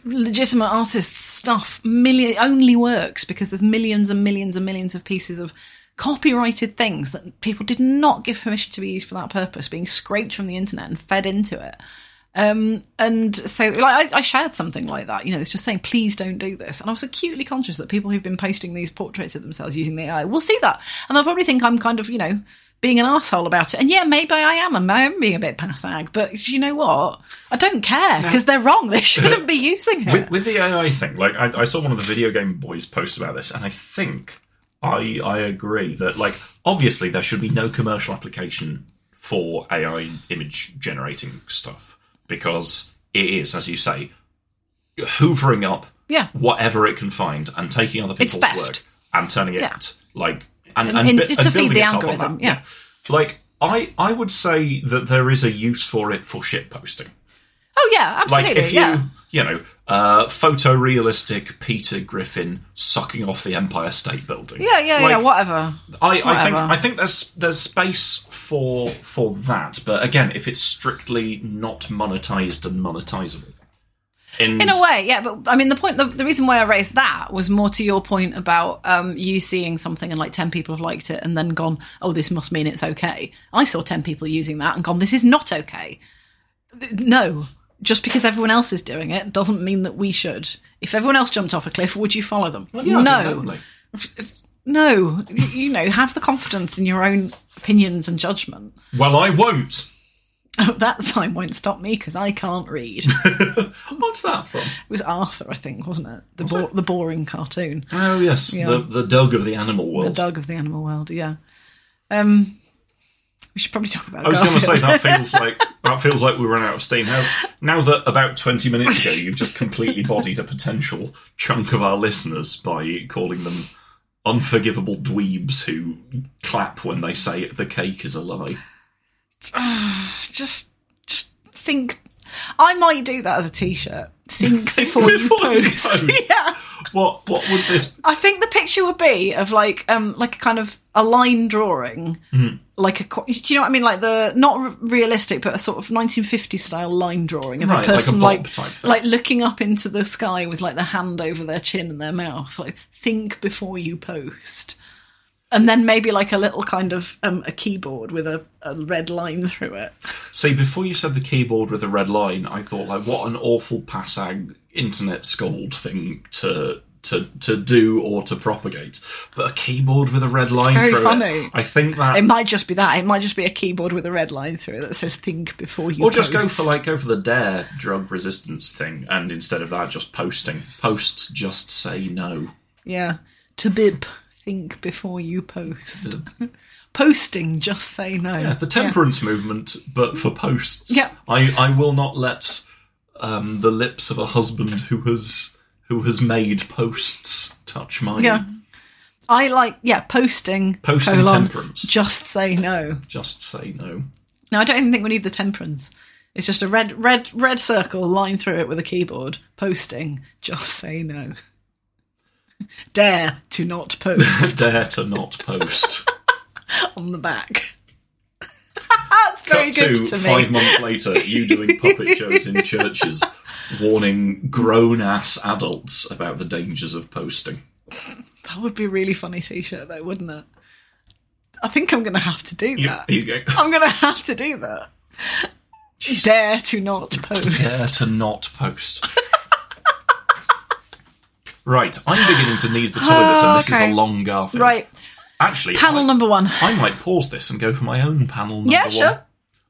Speaker 2: legitimate artists' stuff. Million only works because there's millions and millions and millions of pieces of copyrighted things that people did not give permission to be used for that purpose, being scraped from the internet and fed into it. Um, and so like I, I shared something like that, you know, it's just saying, please don't do this. And I was acutely conscious that people who've been posting these portraits of themselves using the AI will see that. And they'll probably think I'm kind of, you know, being an asshole about it. And yeah, maybe I am. And I am being a bit passag, but you know what? I don't care because they're wrong. They shouldn't be using it.
Speaker 1: with, with the AI thing, like I, I saw one of the video game boys post about this, and I think I I agree that like obviously there should be no commercial application for AI image generating stuff because it is, as you say, hoovering up
Speaker 2: Yeah.
Speaker 1: whatever it can find and taking other
Speaker 2: It's
Speaker 1: people's
Speaker 2: theft.
Speaker 1: work and turning it
Speaker 2: Yeah.
Speaker 1: like and,
Speaker 2: And-
Speaker 1: and,
Speaker 2: and
Speaker 1: bu-
Speaker 2: to
Speaker 1: and
Speaker 2: feed
Speaker 1: building
Speaker 2: the
Speaker 1: itself on
Speaker 2: algorithm,
Speaker 1: that.
Speaker 2: yeah.
Speaker 1: like. I, I would say that there is a use for it for shit posting.
Speaker 2: Oh yeah, absolutely.
Speaker 1: Like if you
Speaker 2: yeah.
Speaker 1: you know, uh, photorealistic Peter Griffin sucking off the Empire State Building.
Speaker 2: Yeah, yeah,
Speaker 1: Like,
Speaker 2: yeah. Whatever.
Speaker 1: I, I think
Speaker 2: Whatever.
Speaker 1: I think there's there's space for for that, but again, if it's strictly not monetized and monetizable, in,
Speaker 2: In a way, yeah. But I mean, the point, the, the reason why I raised that was more to your point about um, you seeing something and like 10 people have liked it and then gone, oh, this must mean it's okay. I saw 10 people using that and gone, this is not okay. Th- No. Just because everyone else is doing it doesn't mean that we should. If everyone else jumped off a cliff, would you follow them?
Speaker 1: Well, yeah, I think
Speaker 2: no.
Speaker 1: definitely.
Speaker 2: It's- No. You- You know, have the confidence in your own opinions and judgment. <laughs>
Speaker 1: Well, I won't.
Speaker 2: that sign won't stop me because I can't read. <laughs>
Speaker 1: What's that from?
Speaker 2: It was Arthur, I think, wasn't it? The bo- the boring cartoon,
Speaker 1: Oh yes, the the dog of the animal
Speaker 2: the
Speaker 1: world.
Speaker 2: dog of the animal world. Yeah. Um, we should probably talk about.
Speaker 1: I was going to say
Speaker 2: Garfield.
Speaker 1: that feels like that feels like we ran out of steam. How, now that about twenty minutes ago, you've just completely bodied a potential chunk of our listeners by calling them unforgivable dweebs who clap when they say the cake is a lie.
Speaker 2: <laughs> just just think. I might do that as a T-shirt.
Speaker 1: <laughs>
Speaker 2: Think, before, you
Speaker 1: before you
Speaker 2: post. <laughs>
Speaker 1: post.
Speaker 2: yeah.
Speaker 1: What what would this?
Speaker 2: I think the picture would be of like um like a kind of a line drawing,
Speaker 1: Mm-hmm.
Speaker 2: like a co- do you know what I mean? Like the not r- realistic, but a sort of 1950s style line drawing of
Speaker 1: Right,
Speaker 2: a
Speaker 1: like a
Speaker 2: person
Speaker 1: Bob
Speaker 2: like
Speaker 1: type thing.
Speaker 2: like looking up into the sky with like their hand over their chin and their mouth. Like think before you post. And then maybe like a little kind of um, a keyboard with a, a red line through it.
Speaker 1: See, before you said the keyboard with the red line, I thought like, what an awful passag internet scold thing to. To, to do or to propagate, but a keyboard with a red line
Speaker 2: very
Speaker 1: through
Speaker 2: funny.
Speaker 1: it. I think that
Speaker 2: It might just be that. It might just be a keyboard with a red line through it that says "Think before you."
Speaker 1: Or just go
Speaker 2: post."
Speaker 1: for like go for the dare drug resistance thing, and instead of that, just posting posts. Just say no.
Speaker 2: Yeah. To bib, think before you post. <laughs> Posting, just say no.
Speaker 1: Yeah, the temperance movement, but for posts.
Speaker 2: Yeah.
Speaker 1: I I will not let um, the lips of a husband who has who has made posts touch mine.
Speaker 2: Yeah. I like, yeah, posting.
Speaker 1: Posting
Speaker 2: colon,
Speaker 1: temperance.
Speaker 2: Just say no.
Speaker 1: Just say no. <laughs>
Speaker 2: No, I don't even think we need the temperance. It's just a red, red, red circle, line through it with a keyboard. Posting, just say no. <laughs> Dare to not
Speaker 1: <laughs>
Speaker 2: post
Speaker 1: dare to not post.
Speaker 2: on the back. <laughs> That's <laughs> very
Speaker 1: Cut
Speaker 2: good
Speaker 1: to,
Speaker 2: to me.
Speaker 1: five months later, you doing
Speaker 2: <laughs>
Speaker 1: puppet shows in churches, warning grown ass adults about the dangers of posting.
Speaker 2: That would be a really funny t-shirt, though, wouldn't it? I think I'm going to have to do
Speaker 1: You,
Speaker 2: that.
Speaker 1: you go.
Speaker 2: <laughs> I'm gonna have to do that. Dare to not post.
Speaker 1: Dare to not post. right, I'm beginning to need the toilet, and this
Speaker 2: Ah, okay.
Speaker 1: is a long Garfield.
Speaker 2: Right,
Speaker 1: Actually,
Speaker 2: panel
Speaker 1: I,
Speaker 2: number one.
Speaker 1: I might pause this and go for my own panel number
Speaker 2: Yeah,
Speaker 1: one.
Speaker 2: sure.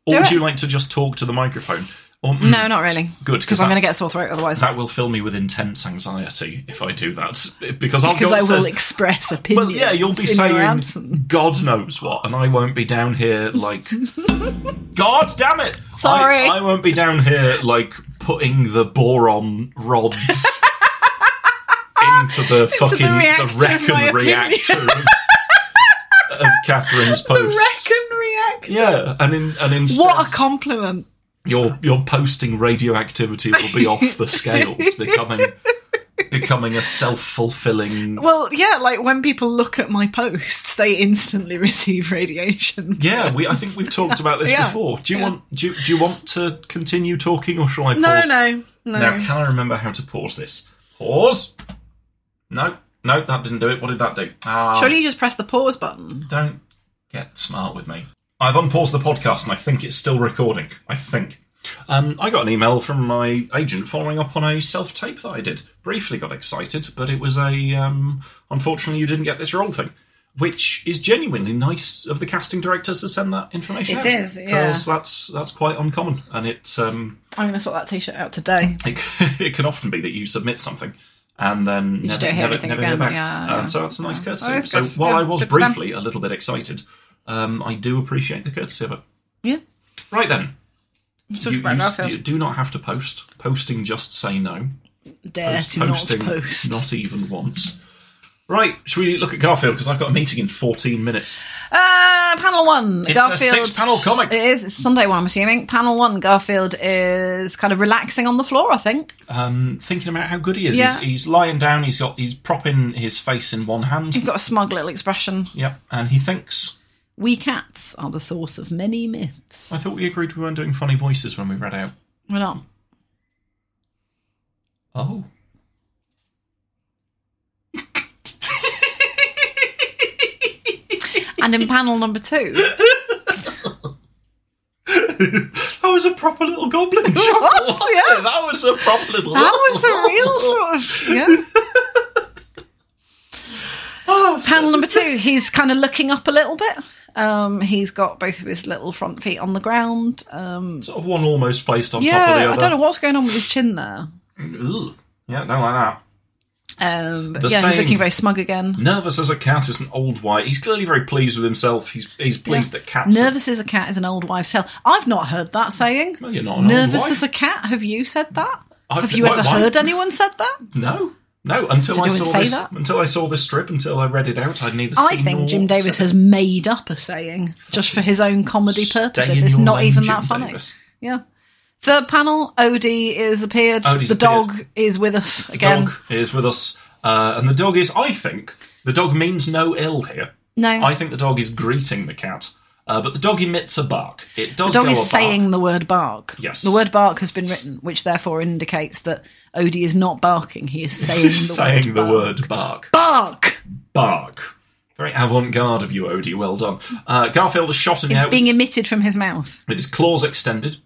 Speaker 1: Or
Speaker 2: Do
Speaker 1: would
Speaker 2: it.
Speaker 1: you like to just talk to the microphone? Or, mm,
Speaker 2: No, not really.
Speaker 1: Good,
Speaker 2: because I'm
Speaker 1: that-
Speaker 2: gonna get a sore throat otherwise.
Speaker 1: That will fill me with intense anxiety if I do that. Because I'll
Speaker 2: Because
Speaker 1: go
Speaker 2: I will
Speaker 1: upstairs.
Speaker 2: express opinions.
Speaker 1: well, yeah, you'll be
Speaker 2: in
Speaker 1: saying
Speaker 2: your absence.
Speaker 1: God knows what, and I won't be down here
Speaker 2: <laughs>
Speaker 1: like God damn it!
Speaker 2: Sorry.
Speaker 1: I, I won't be down here like putting the boron rods into the fucking
Speaker 2: reactor
Speaker 1: wreck
Speaker 2: of my
Speaker 1: and
Speaker 2: opinion.
Speaker 1: reactor of,
Speaker 2: <laughs>
Speaker 1: of Catherine's post.
Speaker 2: Wreck and react.
Speaker 1: yeah, and in and instead
Speaker 2: What a compliment.
Speaker 1: your your posting radioactivity will be off the
Speaker 2: <laughs>
Speaker 1: scales, becoming becoming a self fulfilling
Speaker 2: Well, yeah, like when people look at my posts, they instantly <laughs> receive radiation.
Speaker 1: Yeah, we. I
Speaker 2: <laughs>
Speaker 1: think we've talked about this
Speaker 2: Yeah.
Speaker 1: before. Do you want? Do you, do you want to continue talking, or shall I pause?
Speaker 2: No, no, no.
Speaker 1: Now, can I remember how to pause this? Pause. No, no, that didn't do it. What did that do? Ah,
Speaker 2: Surely you just press the pause button.
Speaker 1: don't get smart with me. I've unpaused the podcast, and I think it's still recording. I think. Um, I got an email from my agent following up on a self tape that I did. Briefly got excited, but it was a um, unfortunately you didn't get this role thing, which is genuinely nice of the casting directors to send that information.
Speaker 2: It
Speaker 1: out,
Speaker 2: is, yeah.
Speaker 1: 'cause that's that's quite uncommon, and it's um,
Speaker 2: I'm gonna sort that T-shirt out today.
Speaker 1: it, <laughs> it can often be that you submit something and then never,
Speaker 2: just don't hear
Speaker 1: never,
Speaker 2: anything
Speaker 1: never
Speaker 2: again.
Speaker 1: hear back.
Speaker 2: Yeah,
Speaker 1: Uh,
Speaker 2: yeah.
Speaker 1: so that's a nice courtesy.
Speaker 2: Oh, that's
Speaker 1: so
Speaker 2: good.
Speaker 1: while
Speaker 2: Yeah,
Speaker 1: I was
Speaker 2: good for them.
Speaker 1: briefly a little bit excited, um, I do appreciate the courtesy of it.
Speaker 2: Yeah.
Speaker 1: Right then,
Speaker 2: Talk
Speaker 1: you,
Speaker 2: about
Speaker 1: you,
Speaker 2: Garfield.
Speaker 1: you do not have to post. Posting just say no.
Speaker 2: Dare to not
Speaker 1: posting
Speaker 2: post.
Speaker 1: not even once. Right, should we look at Garfield? Because I've got a meeting in 14 minutes.
Speaker 2: Uh, panel one.
Speaker 1: It's a
Speaker 2: Garfield.
Speaker 1: six-panel comic.
Speaker 2: It is. It's Sunday one, I'm assuming. Panel one. Garfield is kind of relaxing on the floor, I think.
Speaker 1: Um, thinking about how good he is.
Speaker 2: Yeah.
Speaker 1: He's, he's lying down, he's got he's propping his face in one
Speaker 2: He's <laughs>
Speaker 1: hand.
Speaker 2: got a smug little expression.
Speaker 1: yep, and he thinks.
Speaker 2: We cats are the source of many myths.
Speaker 1: I thought we agreed we weren't doing funny voices when we read out.
Speaker 2: We're not.
Speaker 1: Oh.
Speaker 2: And in panel number two.
Speaker 1: That was a proper little
Speaker 2: <laughs>
Speaker 1: goblin <laughs> chuckle,
Speaker 2: was,
Speaker 1: wasn't it? That was a proper little.
Speaker 2: That was a real sort of yeah.
Speaker 1: Oh, it's-
Speaker 2: Panel number two, he's kind of looking up a little bit. Um, he's got both of his little front feet on the ground. Um,
Speaker 1: sort of one almost placed on top of the
Speaker 2: yeah,
Speaker 1: other.
Speaker 2: I don't know what's going on with his chin there.
Speaker 1: Ugh. Yeah, don't like that.
Speaker 2: Um, but
Speaker 1: The
Speaker 2: yeah, he's
Speaker 1: same.
Speaker 2: looking very smug again.
Speaker 1: Nervous as a cat is an old white. He's clearly very pleased with himself. He's he's pleased that cats. are-
Speaker 2: Nervous as a cat is an old wives' tale. I've not heard that saying.
Speaker 1: Well, you're not an
Speaker 2: Nervous
Speaker 1: old wife.
Speaker 2: as a cat. Have you said that?
Speaker 1: I've-
Speaker 2: Have you
Speaker 1: why-
Speaker 2: ever
Speaker 1: why-
Speaker 2: heard anyone said
Speaker 1: <laughs>
Speaker 2: that?
Speaker 1: No, no. Until I
Speaker 2: anyone
Speaker 1: saw
Speaker 2: say
Speaker 1: this,
Speaker 2: that?
Speaker 1: until I saw this strip, until I read it out, I'd neither.
Speaker 2: I
Speaker 1: seen
Speaker 2: think
Speaker 1: nor
Speaker 2: Jim Davis
Speaker 1: said
Speaker 2: has made up a saying just for his own comedy
Speaker 1: Stay in
Speaker 2: purposes. It's
Speaker 1: your
Speaker 2: not
Speaker 1: lane,
Speaker 2: even
Speaker 1: Jim
Speaker 2: that funny.
Speaker 1: Davis.
Speaker 2: Yeah. Third panel, Odie is appeared.
Speaker 1: Odie's
Speaker 2: the
Speaker 1: appeared.
Speaker 2: dog is with us
Speaker 1: it.
Speaker 2: again.
Speaker 1: Dog is with us, uh, and the dog is. I think the dog means no ill here.
Speaker 2: No,
Speaker 1: I think the dog is greeting the cat, uh, but the dog emits a bark. It does.
Speaker 2: the dog
Speaker 1: go
Speaker 2: is
Speaker 1: a bark. <laughs>
Speaker 2: saying the word bark.
Speaker 1: Yes.
Speaker 2: The word bark has been written, which therefore indicates that Odie is not barking. He is saying the,
Speaker 1: saying
Speaker 2: word,
Speaker 1: the
Speaker 2: bark.
Speaker 1: word bark.
Speaker 2: bark.
Speaker 1: Bark. Very avant-garde of you, Odie. Well done. Uh, Garfield is shot in the
Speaker 2: It's
Speaker 1: air
Speaker 2: being
Speaker 1: with, his,
Speaker 2: emitted from his mouth.
Speaker 1: with his claws extended,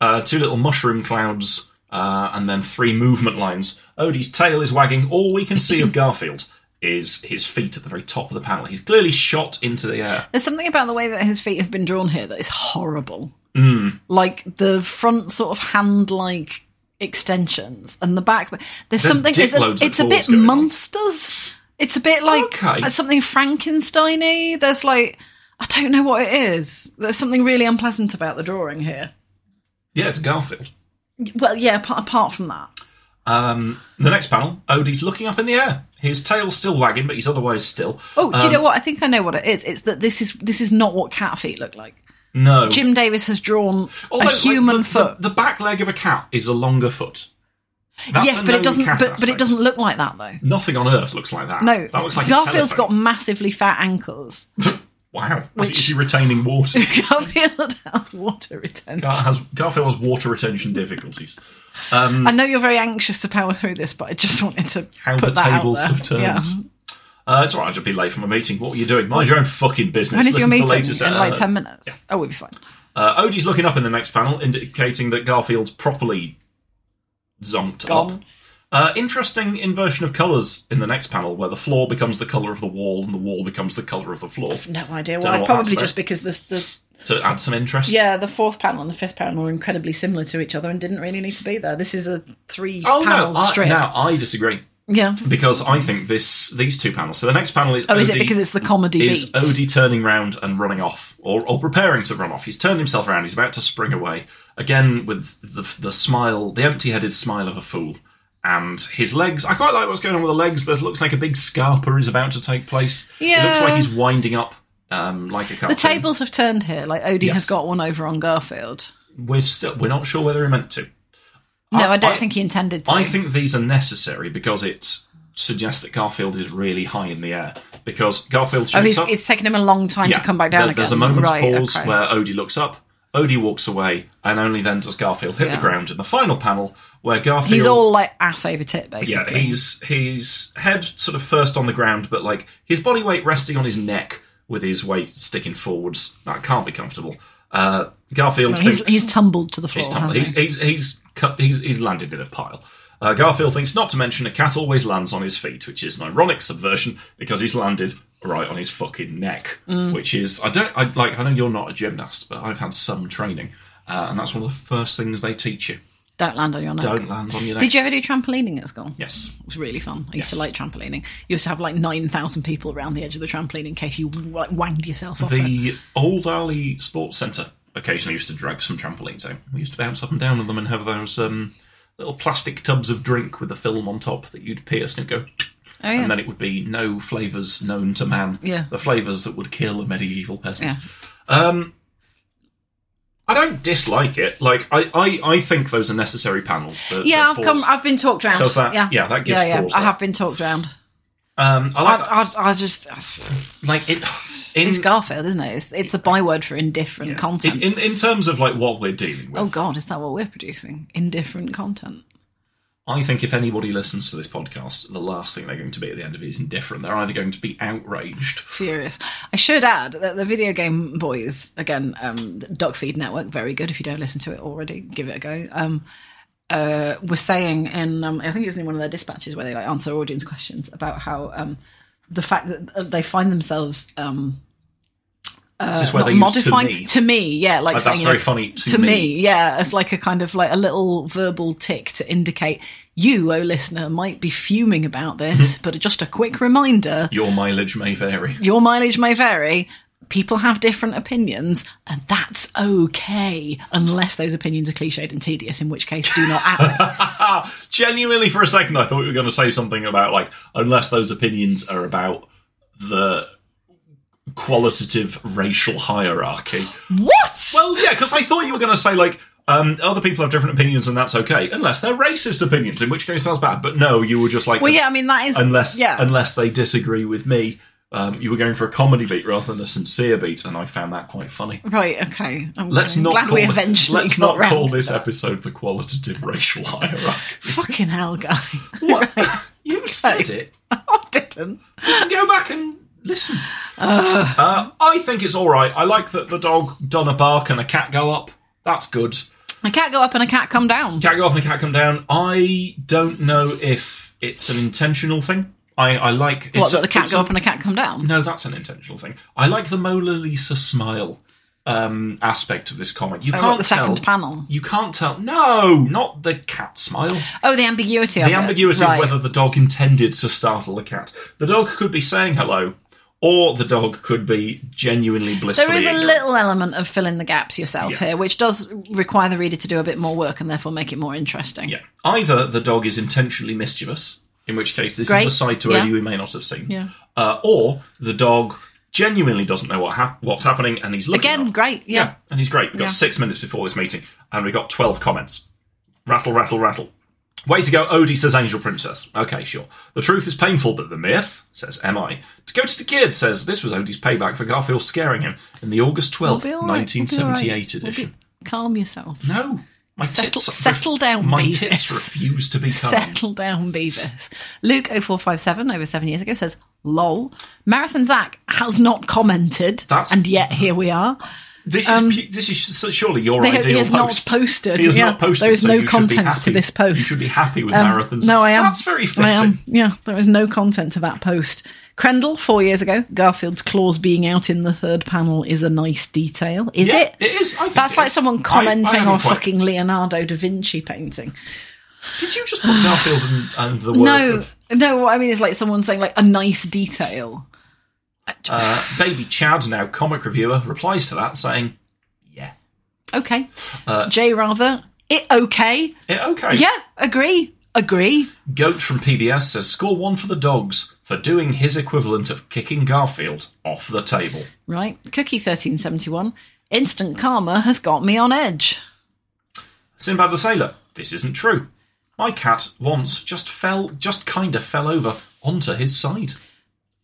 Speaker 1: uh, two little mushroom clouds, uh, and then three movement lines. Odie's tail is wagging. All we can see
Speaker 2: <laughs>
Speaker 1: of Garfield is his feet at the very top of the panel. He's clearly shot into the air.
Speaker 2: There's something about the way that his feet have been drawn here that is horrible.
Speaker 1: Hmm.
Speaker 2: Like the front sort of hand-like extensions and the back. There's,
Speaker 1: There's
Speaker 2: something.
Speaker 1: dick
Speaker 2: It's a,
Speaker 1: loads of
Speaker 2: it's a
Speaker 1: claws
Speaker 2: bit
Speaker 1: going on.
Speaker 2: monsters. It's a bit like uh,
Speaker 1: Okay.
Speaker 2: something Frankensteiny. There's like I don't know what it is. There's something really unpleasant about the drawing here.
Speaker 1: Yeah, it's Garfield.
Speaker 2: Well, yeah. Apart, apart from that,
Speaker 1: Um, the next panel, Odie's looking up in the air. His tail's still wagging, but he's otherwise still.
Speaker 2: oh, do
Speaker 1: Um,
Speaker 2: you know what? I think I know what it is. It's that this is this is not what cat feet look like.
Speaker 1: No.
Speaker 2: Jim Davis has drawn
Speaker 1: Although,
Speaker 2: a
Speaker 1: like,
Speaker 2: human
Speaker 1: Oh, the-
Speaker 2: foot.
Speaker 1: The, the back leg of a cat is a longer foot. That's
Speaker 2: yes,
Speaker 1: a
Speaker 2: but it
Speaker 1: known
Speaker 2: doesn't.
Speaker 1: cat
Speaker 2: But, but it
Speaker 1: aspect.
Speaker 2: doesn't look like that though.
Speaker 1: Nothing on earth looks like that.
Speaker 2: No,
Speaker 1: that looks like
Speaker 2: Garfield's
Speaker 1: a
Speaker 2: got
Speaker 1: telephone.
Speaker 2: massively fat ankles. <laughs>
Speaker 1: Wow,
Speaker 2: Which-
Speaker 1: is he retaining water?
Speaker 2: <laughs> Garfield has water retention.
Speaker 1: Gar- has, Garfield has water retention difficulties.
Speaker 2: I know you're very anxious to power through this, but I just wanted to
Speaker 1: How
Speaker 2: put
Speaker 1: the
Speaker 2: that
Speaker 1: tables
Speaker 2: out there.
Speaker 1: have turned.
Speaker 2: Yeah.
Speaker 1: Uh, it's all right. I'll just be late for my meeting. What are you doing? Mind your own fucking business.
Speaker 2: When is your
Speaker 1: Listen to
Speaker 2: meeting?
Speaker 1: the latest,
Speaker 2: In like
Speaker 1: uh,
Speaker 2: ten minutes. Oh, we'll be fine.
Speaker 1: uh, Odie's looking up in the next panel, indicating that Garfield's properly zonked up.
Speaker 2: Gone.
Speaker 1: Uh, interesting inversion of colours in the next panel, where the floor becomes the colour of the wall and the wall becomes the colour of the floor.
Speaker 2: No
Speaker 1: Don't know
Speaker 2: idea why.
Speaker 1: what
Speaker 2: Probably
Speaker 1: happened
Speaker 2: just because this the
Speaker 1: To add some interest.
Speaker 2: yeah the fourth panel and the fifth panel are incredibly similar to each other and didn't really need to be there. This is a three
Speaker 1: Oh
Speaker 2: panel
Speaker 1: no, I,
Speaker 2: strip.
Speaker 1: no, I disagree
Speaker 2: Yeah.
Speaker 1: because I think this these two panels. So the next panel is
Speaker 2: Oh, is
Speaker 1: Odie-
Speaker 2: it because it's the comedy
Speaker 1: is
Speaker 2: beat?
Speaker 1: Odie turning round and running off, or, or preparing to run off. He's turned himself around. He's about to spring away again with the, the smile, the empty-headed smile of a fool. And his legs. I quite like what's going on with the legs. There looks like a big scarper is about to take place. It looks
Speaker 2: Yeah.
Speaker 1: like he's winding up, um, like a
Speaker 2: the
Speaker 1: cartoon.
Speaker 2: tables have turned here. Like Odie
Speaker 1: Yes.
Speaker 2: has got one over on Garfield.
Speaker 1: We're still. We're not sure whether he meant to.
Speaker 2: No, I, don't
Speaker 1: I-
Speaker 2: think he intended to.
Speaker 1: I think these are necessary because it suggests that Garfield is really high in the air. Because Garfield shoots
Speaker 2: Oh, he's,
Speaker 1: up.
Speaker 2: it's taken him a long time to come back down
Speaker 1: there-
Speaker 2: again.
Speaker 1: There's a moment's
Speaker 2: Right,
Speaker 1: pause
Speaker 2: okay.
Speaker 1: where Odie looks up, Odie walks away, and only then does Garfield hit
Speaker 2: Yeah.
Speaker 1: the ground in the final panel where Garfield.
Speaker 2: he's all like ass over tit,
Speaker 1: yeah,
Speaker 2: basically.
Speaker 1: he's his head sort of first on the ground, but like his body weight resting on his neck with his weight sticking forwards. That can't be comfortable. Uh, Garfield
Speaker 2: he's,
Speaker 1: thinks
Speaker 2: he's tumbled to the floor.
Speaker 1: He's, tumbled.
Speaker 2: hasn't
Speaker 1: he's,
Speaker 2: he?
Speaker 1: he's, he's, cut, he's, he's landed in a pile. Uh, Garfield thinks not to mention a cat always lands on his feet, which is an ironic subversion because he's landed right on his fucking neck.
Speaker 2: Mm.
Speaker 1: Which is I don't I like I know you're not a gymnast, but I've had some training, uh, and that's one of the first things they teach you:
Speaker 2: Don't land on your neck.
Speaker 1: don't land on your neck.
Speaker 2: Did you ever do trampolining at school?
Speaker 1: yes,
Speaker 2: It was really fun. I used to like trampolining. You used to have like 9,000 people around the edge of the trampoline in case you like wanged yourself off it.
Speaker 1: the old Arley Sports Centre occasionally used to drag some trampolines out. We used to bounce up and down on them and have those um, little plastic tubs of drink with the film on top that you'd pierce and it'd go.
Speaker 2: Oh, yeah.
Speaker 1: and then it would be no flavors known to man.
Speaker 2: Yeah.
Speaker 1: the flavors that would kill a medieval peasant.
Speaker 2: Yeah.
Speaker 1: Um, I don't dislike it. Like I, I, I think those are necessary panels. That,
Speaker 2: Yeah,
Speaker 1: that
Speaker 2: I've come.
Speaker 1: pause-
Speaker 2: I've been talked round.
Speaker 1: Does that-
Speaker 2: yeah,
Speaker 1: yeah, that gives pause
Speaker 2: I
Speaker 1: there.
Speaker 2: have been talked round.
Speaker 1: um, I like that.
Speaker 2: I, I, I just
Speaker 1: like it. In,
Speaker 2: it's Garfield, isn't it? It's it's the byword for indifferent content.
Speaker 1: in, in in terms of like what we're dealing with.
Speaker 2: oh God, is that what we're producing? Indifferent content. Oh.
Speaker 1: I think if anybody listens to this podcast, the last thing they're going to be at the end of it is indifferent. They're either going to be outraged.
Speaker 2: Furious. I should add that the Video Game Boys, again, um, Duck Feed Network, very good. If you don't listen to it already, give it a go. Um, uh, was saying, in um, I think it was in one of their dispatches where they like answer audience questions about how um, the fact that uh, they find themselves um,
Speaker 1: this is where
Speaker 2: Uh, not
Speaker 1: they use to
Speaker 2: modifying
Speaker 1: me.
Speaker 2: yeah, like
Speaker 1: Like,
Speaker 2: saying,
Speaker 1: that's very
Speaker 2: like,
Speaker 1: funny to,
Speaker 2: to me. yeah, as like a kind of like a little verbal tick to indicate you, oh listener, might be fuming about this,
Speaker 1: Mm-hmm.
Speaker 2: but just a quick reminder
Speaker 1: Your mileage may vary.
Speaker 2: your mileage may vary. People have different opinions, and that's okay, unless those opinions are cliched and tedious, in which case, do not
Speaker 1: <laughs>
Speaker 2: act. on it.
Speaker 1: Genuinely, for a second, I thought we were going to say something about like unless those opinions are about the qualitative racial hierarchy.
Speaker 2: what?
Speaker 1: Well, yeah, because I thought you were going to say like um, other people have different opinions and that's okay, unless they're racist opinions, in which case that's bad. But no, you were just like, um,
Speaker 2: well, yeah, I mean that is
Speaker 1: unless
Speaker 2: yeah,
Speaker 1: unless they disagree with me. Um, you were going for a comedy beat rather than a sincere beat, and I found that quite funny.
Speaker 2: right, okay. I'm,
Speaker 1: Let's
Speaker 2: Mm, I'm
Speaker 1: not
Speaker 2: glad
Speaker 1: call
Speaker 2: we
Speaker 1: thi-
Speaker 2: eventually
Speaker 1: let's
Speaker 2: got
Speaker 1: not
Speaker 2: round
Speaker 1: call
Speaker 2: to
Speaker 1: this
Speaker 2: that.
Speaker 1: episode the qualitative racial
Speaker 2: <laughs>
Speaker 1: hierarchy.
Speaker 2: Fucking hell, guy!
Speaker 1: <laughs> What you said it?
Speaker 2: <laughs> I didn't.
Speaker 1: Go back and listen.
Speaker 2: Ah.
Speaker 1: Uh, I think it's all right. I like that the dog done a bark and a cat go up. That's good.
Speaker 2: I can't go up and I can't come down.
Speaker 1: Cat go up and a cat come down. I don't know if it's an intentional thing. I, I like it's
Speaker 2: what?
Speaker 1: a-
Speaker 2: That the cat
Speaker 1: it's
Speaker 2: go
Speaker 1: a-
Speaker 2: up and I can't come down.
Speaker 1: No, that's an intentional thing. I like the Mona Lisa smile um, aspect of this comic. You
Speaker 2: Oh,
Speaker 1: can't
Speaker 2: what, the
Speaker 1: tell.
Speaker 2: second panel.
Speaker 1: You can't tell. No, not the cat smile.
Speaker 2: Oh, the ambiguity. of
Speaker 1: The
Speaker 2: it.
Speaker 1: ambiguity
Speaker 2: Right.
Speaker 1: of whether the dog intended to startle the cat. The dog could be saying hello, or the dog could be genuinely blissfully.
Speaker 2: There is a
Speaker 1: ignorant.
Speaker 2: little element of fill in the gaps yourself
Speaker 1: Yeah.
Speaker 2: here, which does require the reader to do a bit more work and therefore make it more interesting.
Speaker 1: Yeah. Either the dog is intentionally mischievous, in which case this
Speaker 2: Great.
Speaker 1: is a side to
Speaker 2: Yeah.
Speaker 1: Odie we may not have seen.
Speaker 2: Yeah.
Speaker 1: Uh, or the dog genuinely doesn't know what hap- what's happening and he's looking
Speaker 2: Again,
Speaker 1: up.
Speaker 2: great. Yeah.
Speaker 1: and he's great. We got
Speaker 2: Yeah.
Speaker 1: six minutes before this meeting, and we got twelve comments. Rattle, rattle, rattle. Way to go, Odie says Angel Princess. Okay, sure. The truth is painful, but the myth says MI. To go to the kid says this was Odie's payback for Garfield scaring him in the August twelfth,
Speaker 2: We'll be all right.
Speaker 1: nineteen seventy eight
Speaker 2: We'll be all right.
Speaker 1: edition.
Speaker 2: We'll be- calm yourself.
Speaker 1: No, my
Speaker 2: Settle-
Speaker 1: tits.
Speaker 2: settle down,
Speaker 1: My
Speaker 2: Beavis.
Speaker 1: tits refuse to be calm.
Speaker 2: Settle down, Beavis. Luke0457, over seven years ago, says, lol. Marathon Zach has not commented,
Speaker 1: That's-
Speaker 2: and yet here we are.
Speaker 1: This is pu- this is surely your
Speaker 2: They-
Speaker 1: ideal
Speaker 2: um, he has not
Speaker 1: post.
Speaker 2: posted,
Speaker 1: He has
Speaker 2: yeah.
Speaker 1: not posted.
Speaker 2: There is
Speaker 1: so
Speaker 2: no
Speaker 1: you should be
Speaker 2: content to
Speaker 1: happy.
Speaker 2: this post.
Speaker 1: You should be happy with
Speaker 2: Um,
Speaker 1: marathons.
Speaker 2: No, I am.
Speaker 1: That's very fitting.
Speaker 2: I am. Yeah, there is no content to that post. Crendel, four years ago, Garfield's claws being out in the third panel is a nice detail. Is
Speaker 1: Yeah,
Speaker 2: it?
Speaker 1: it is. I think
Speaker 2: That's
Speaker 1: it
Speaker 2: like
Speaker 1: is.
Speaker 2: someone
Speaker 1: I- I
Speaker 2: commenting
Speaker 1: haven't
Speaker 2: on a
Speaker 1: quite-
Speaker 2: fucking Leonardo da Vinci painting.
Speaker 1: Did you just put Garfield and, and the work
Speaker 2: No,
Speaker 1: of
Speaker 2: no, what I mean is like someone saying like a nice detail.
Speaker 1: uh, Baby Chad, now comic reviewer, replies to that saying, "Yeah,
Speaker 2: Okay.
Speaker 1: Uh,
Speaker 2: Jay rather. It okay.
Speaker 1: yeah okay."
Speaker 2: Yeah, agree. Agree.
Speaker 1: Goat from PBS says, "Score one for the dogs for doing his equivalent of kicking Garfield off the table."
Speaker 2: Right. Cookie thirteen seventy one. Instant karma has got me on edge.
Speaker 1: Sinbad the Sailor, this isn't true. My cat once just fell, just kind of fell over onto his side.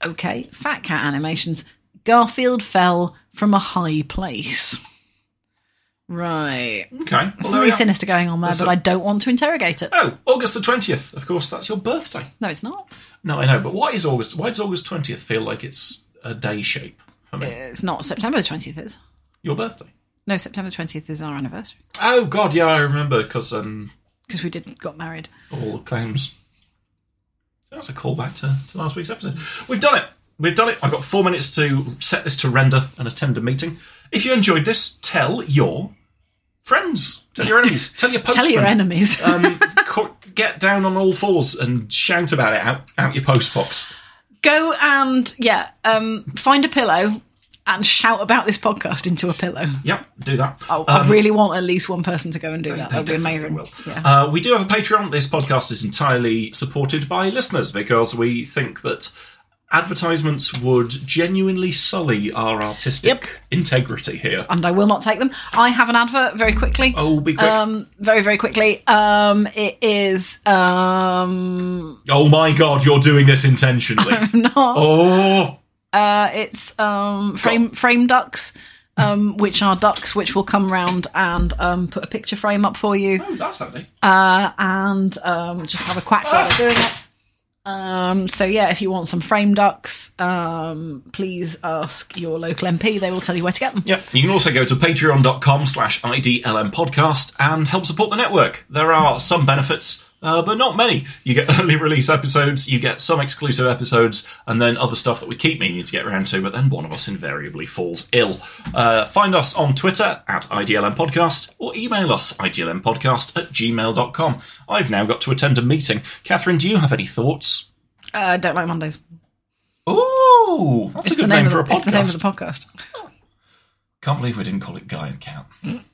Speaker 2: Okay. Fat cat animations. Garfield fell from a high place. Right.
Speaker 1: Okay, well, there we
Speaker 2: Something
Speaker 1: are.
Speaker 2: sinister going on there,
Speaker 1: There's
Speaker 2: but
Speaker 1: a-
Speaker 2: I don't want to interrogate it.
Speaker 1: Oh, August the twentieth. Of course, that's your birthday.
Speaker 2: No, it's not.
Speaker 1: No, I know, but why is August? Why does August twentieth feel like it's a day shape for me?
Speaker 2: It's not. September the 20th is.
Speaker 1: Your birthday.
Speaker 2: No, September 20th is our anniversary
Speaker 1: Oh God, yeah, I remember because um,
Speaker 2: because we did got married.
Speaker 1: all the claims. That was a callback to, to last week's episode. We've done it. We've done it. I've got four minutes to set this to render and attend a meeting. If you enjoyed this, tell your friends, tell your
Speaker 2: <laughs>
Speaker 1: enemies, tell your postman.
Speaker 2: Tell your
Speaker 1: <laughs>
Speaker 2: enemies.
Speaker 1: um, co- get down on all fours and shout about it out, out your postbox.
Speaker 2: go and yeah um find a pillow and shout about this podcast into a pillow.
Speaker 1: Yep, do that. Um,
Speaker 2: I, I really want at least one person to go and do that. That would be
Speaker 1: definitely
Speaker 2: amazing.
Speaker 1: will.
Speaker 2: Oh, Yeah.
Speaker 1: Uh, we do have a Patreon. This podcast is entirely supported by listeners because we think that advertisements would genuinely sully our artistic
Speaker 2: Yep.
Speaker 1: integrity here.
Speaker 2: and I will not take them. I have an advert very quickly.
Speaker 1: Oh, be quick.
Speaker 2: Um, very, very quickly. Um, it is um,
Speaker 1: oh my god, you're doing this
Speaker 2: <laughs>
Speaker 1: intentionally.
Speaker 2: not.
Speaker 1: oh,
Speaker 2: Uh, it's um, frame frame ducks, um, which are ducks which will come round and um, put a picture frame up for you,
Speaker 1: oh, that's handy.
Speaker 2: uh, and um, just have a quack while they're doing it. Um, so yeah, if you want some frame ducks, um, please ask your local MP. They will tell you where to get them.
Speaker 1: Yep. You can also go to patreon.com slash IDLM podcast and help support the network. There are some benefits, uh, but not many. You get <laughs> early release episodes, you get some exclusive episodes, and then other stuff that we keep meaning to get around to, but then one of us invariably falls ill. Uh, find us on Twitter at IDLM podcast or email us idlmpodcast at gmail.com. I've now got to attend a meeting. Catherine, do you have any thoughts?
Speaker 2: Uh, don't like Mondays.
Speaker 1: Ooh, that's a
Speaker 2: It's
Speaker 1: good
Speaker 2: the
Speaker 1: name,
Speaker 2: name,
Speaker 1: for a
Speaker 2: of the, it's the name of
Speaker 1: podcast.
Speaker 2: the podcast.
Speaker 1: Can't believe we didn't call it Guy and Cat.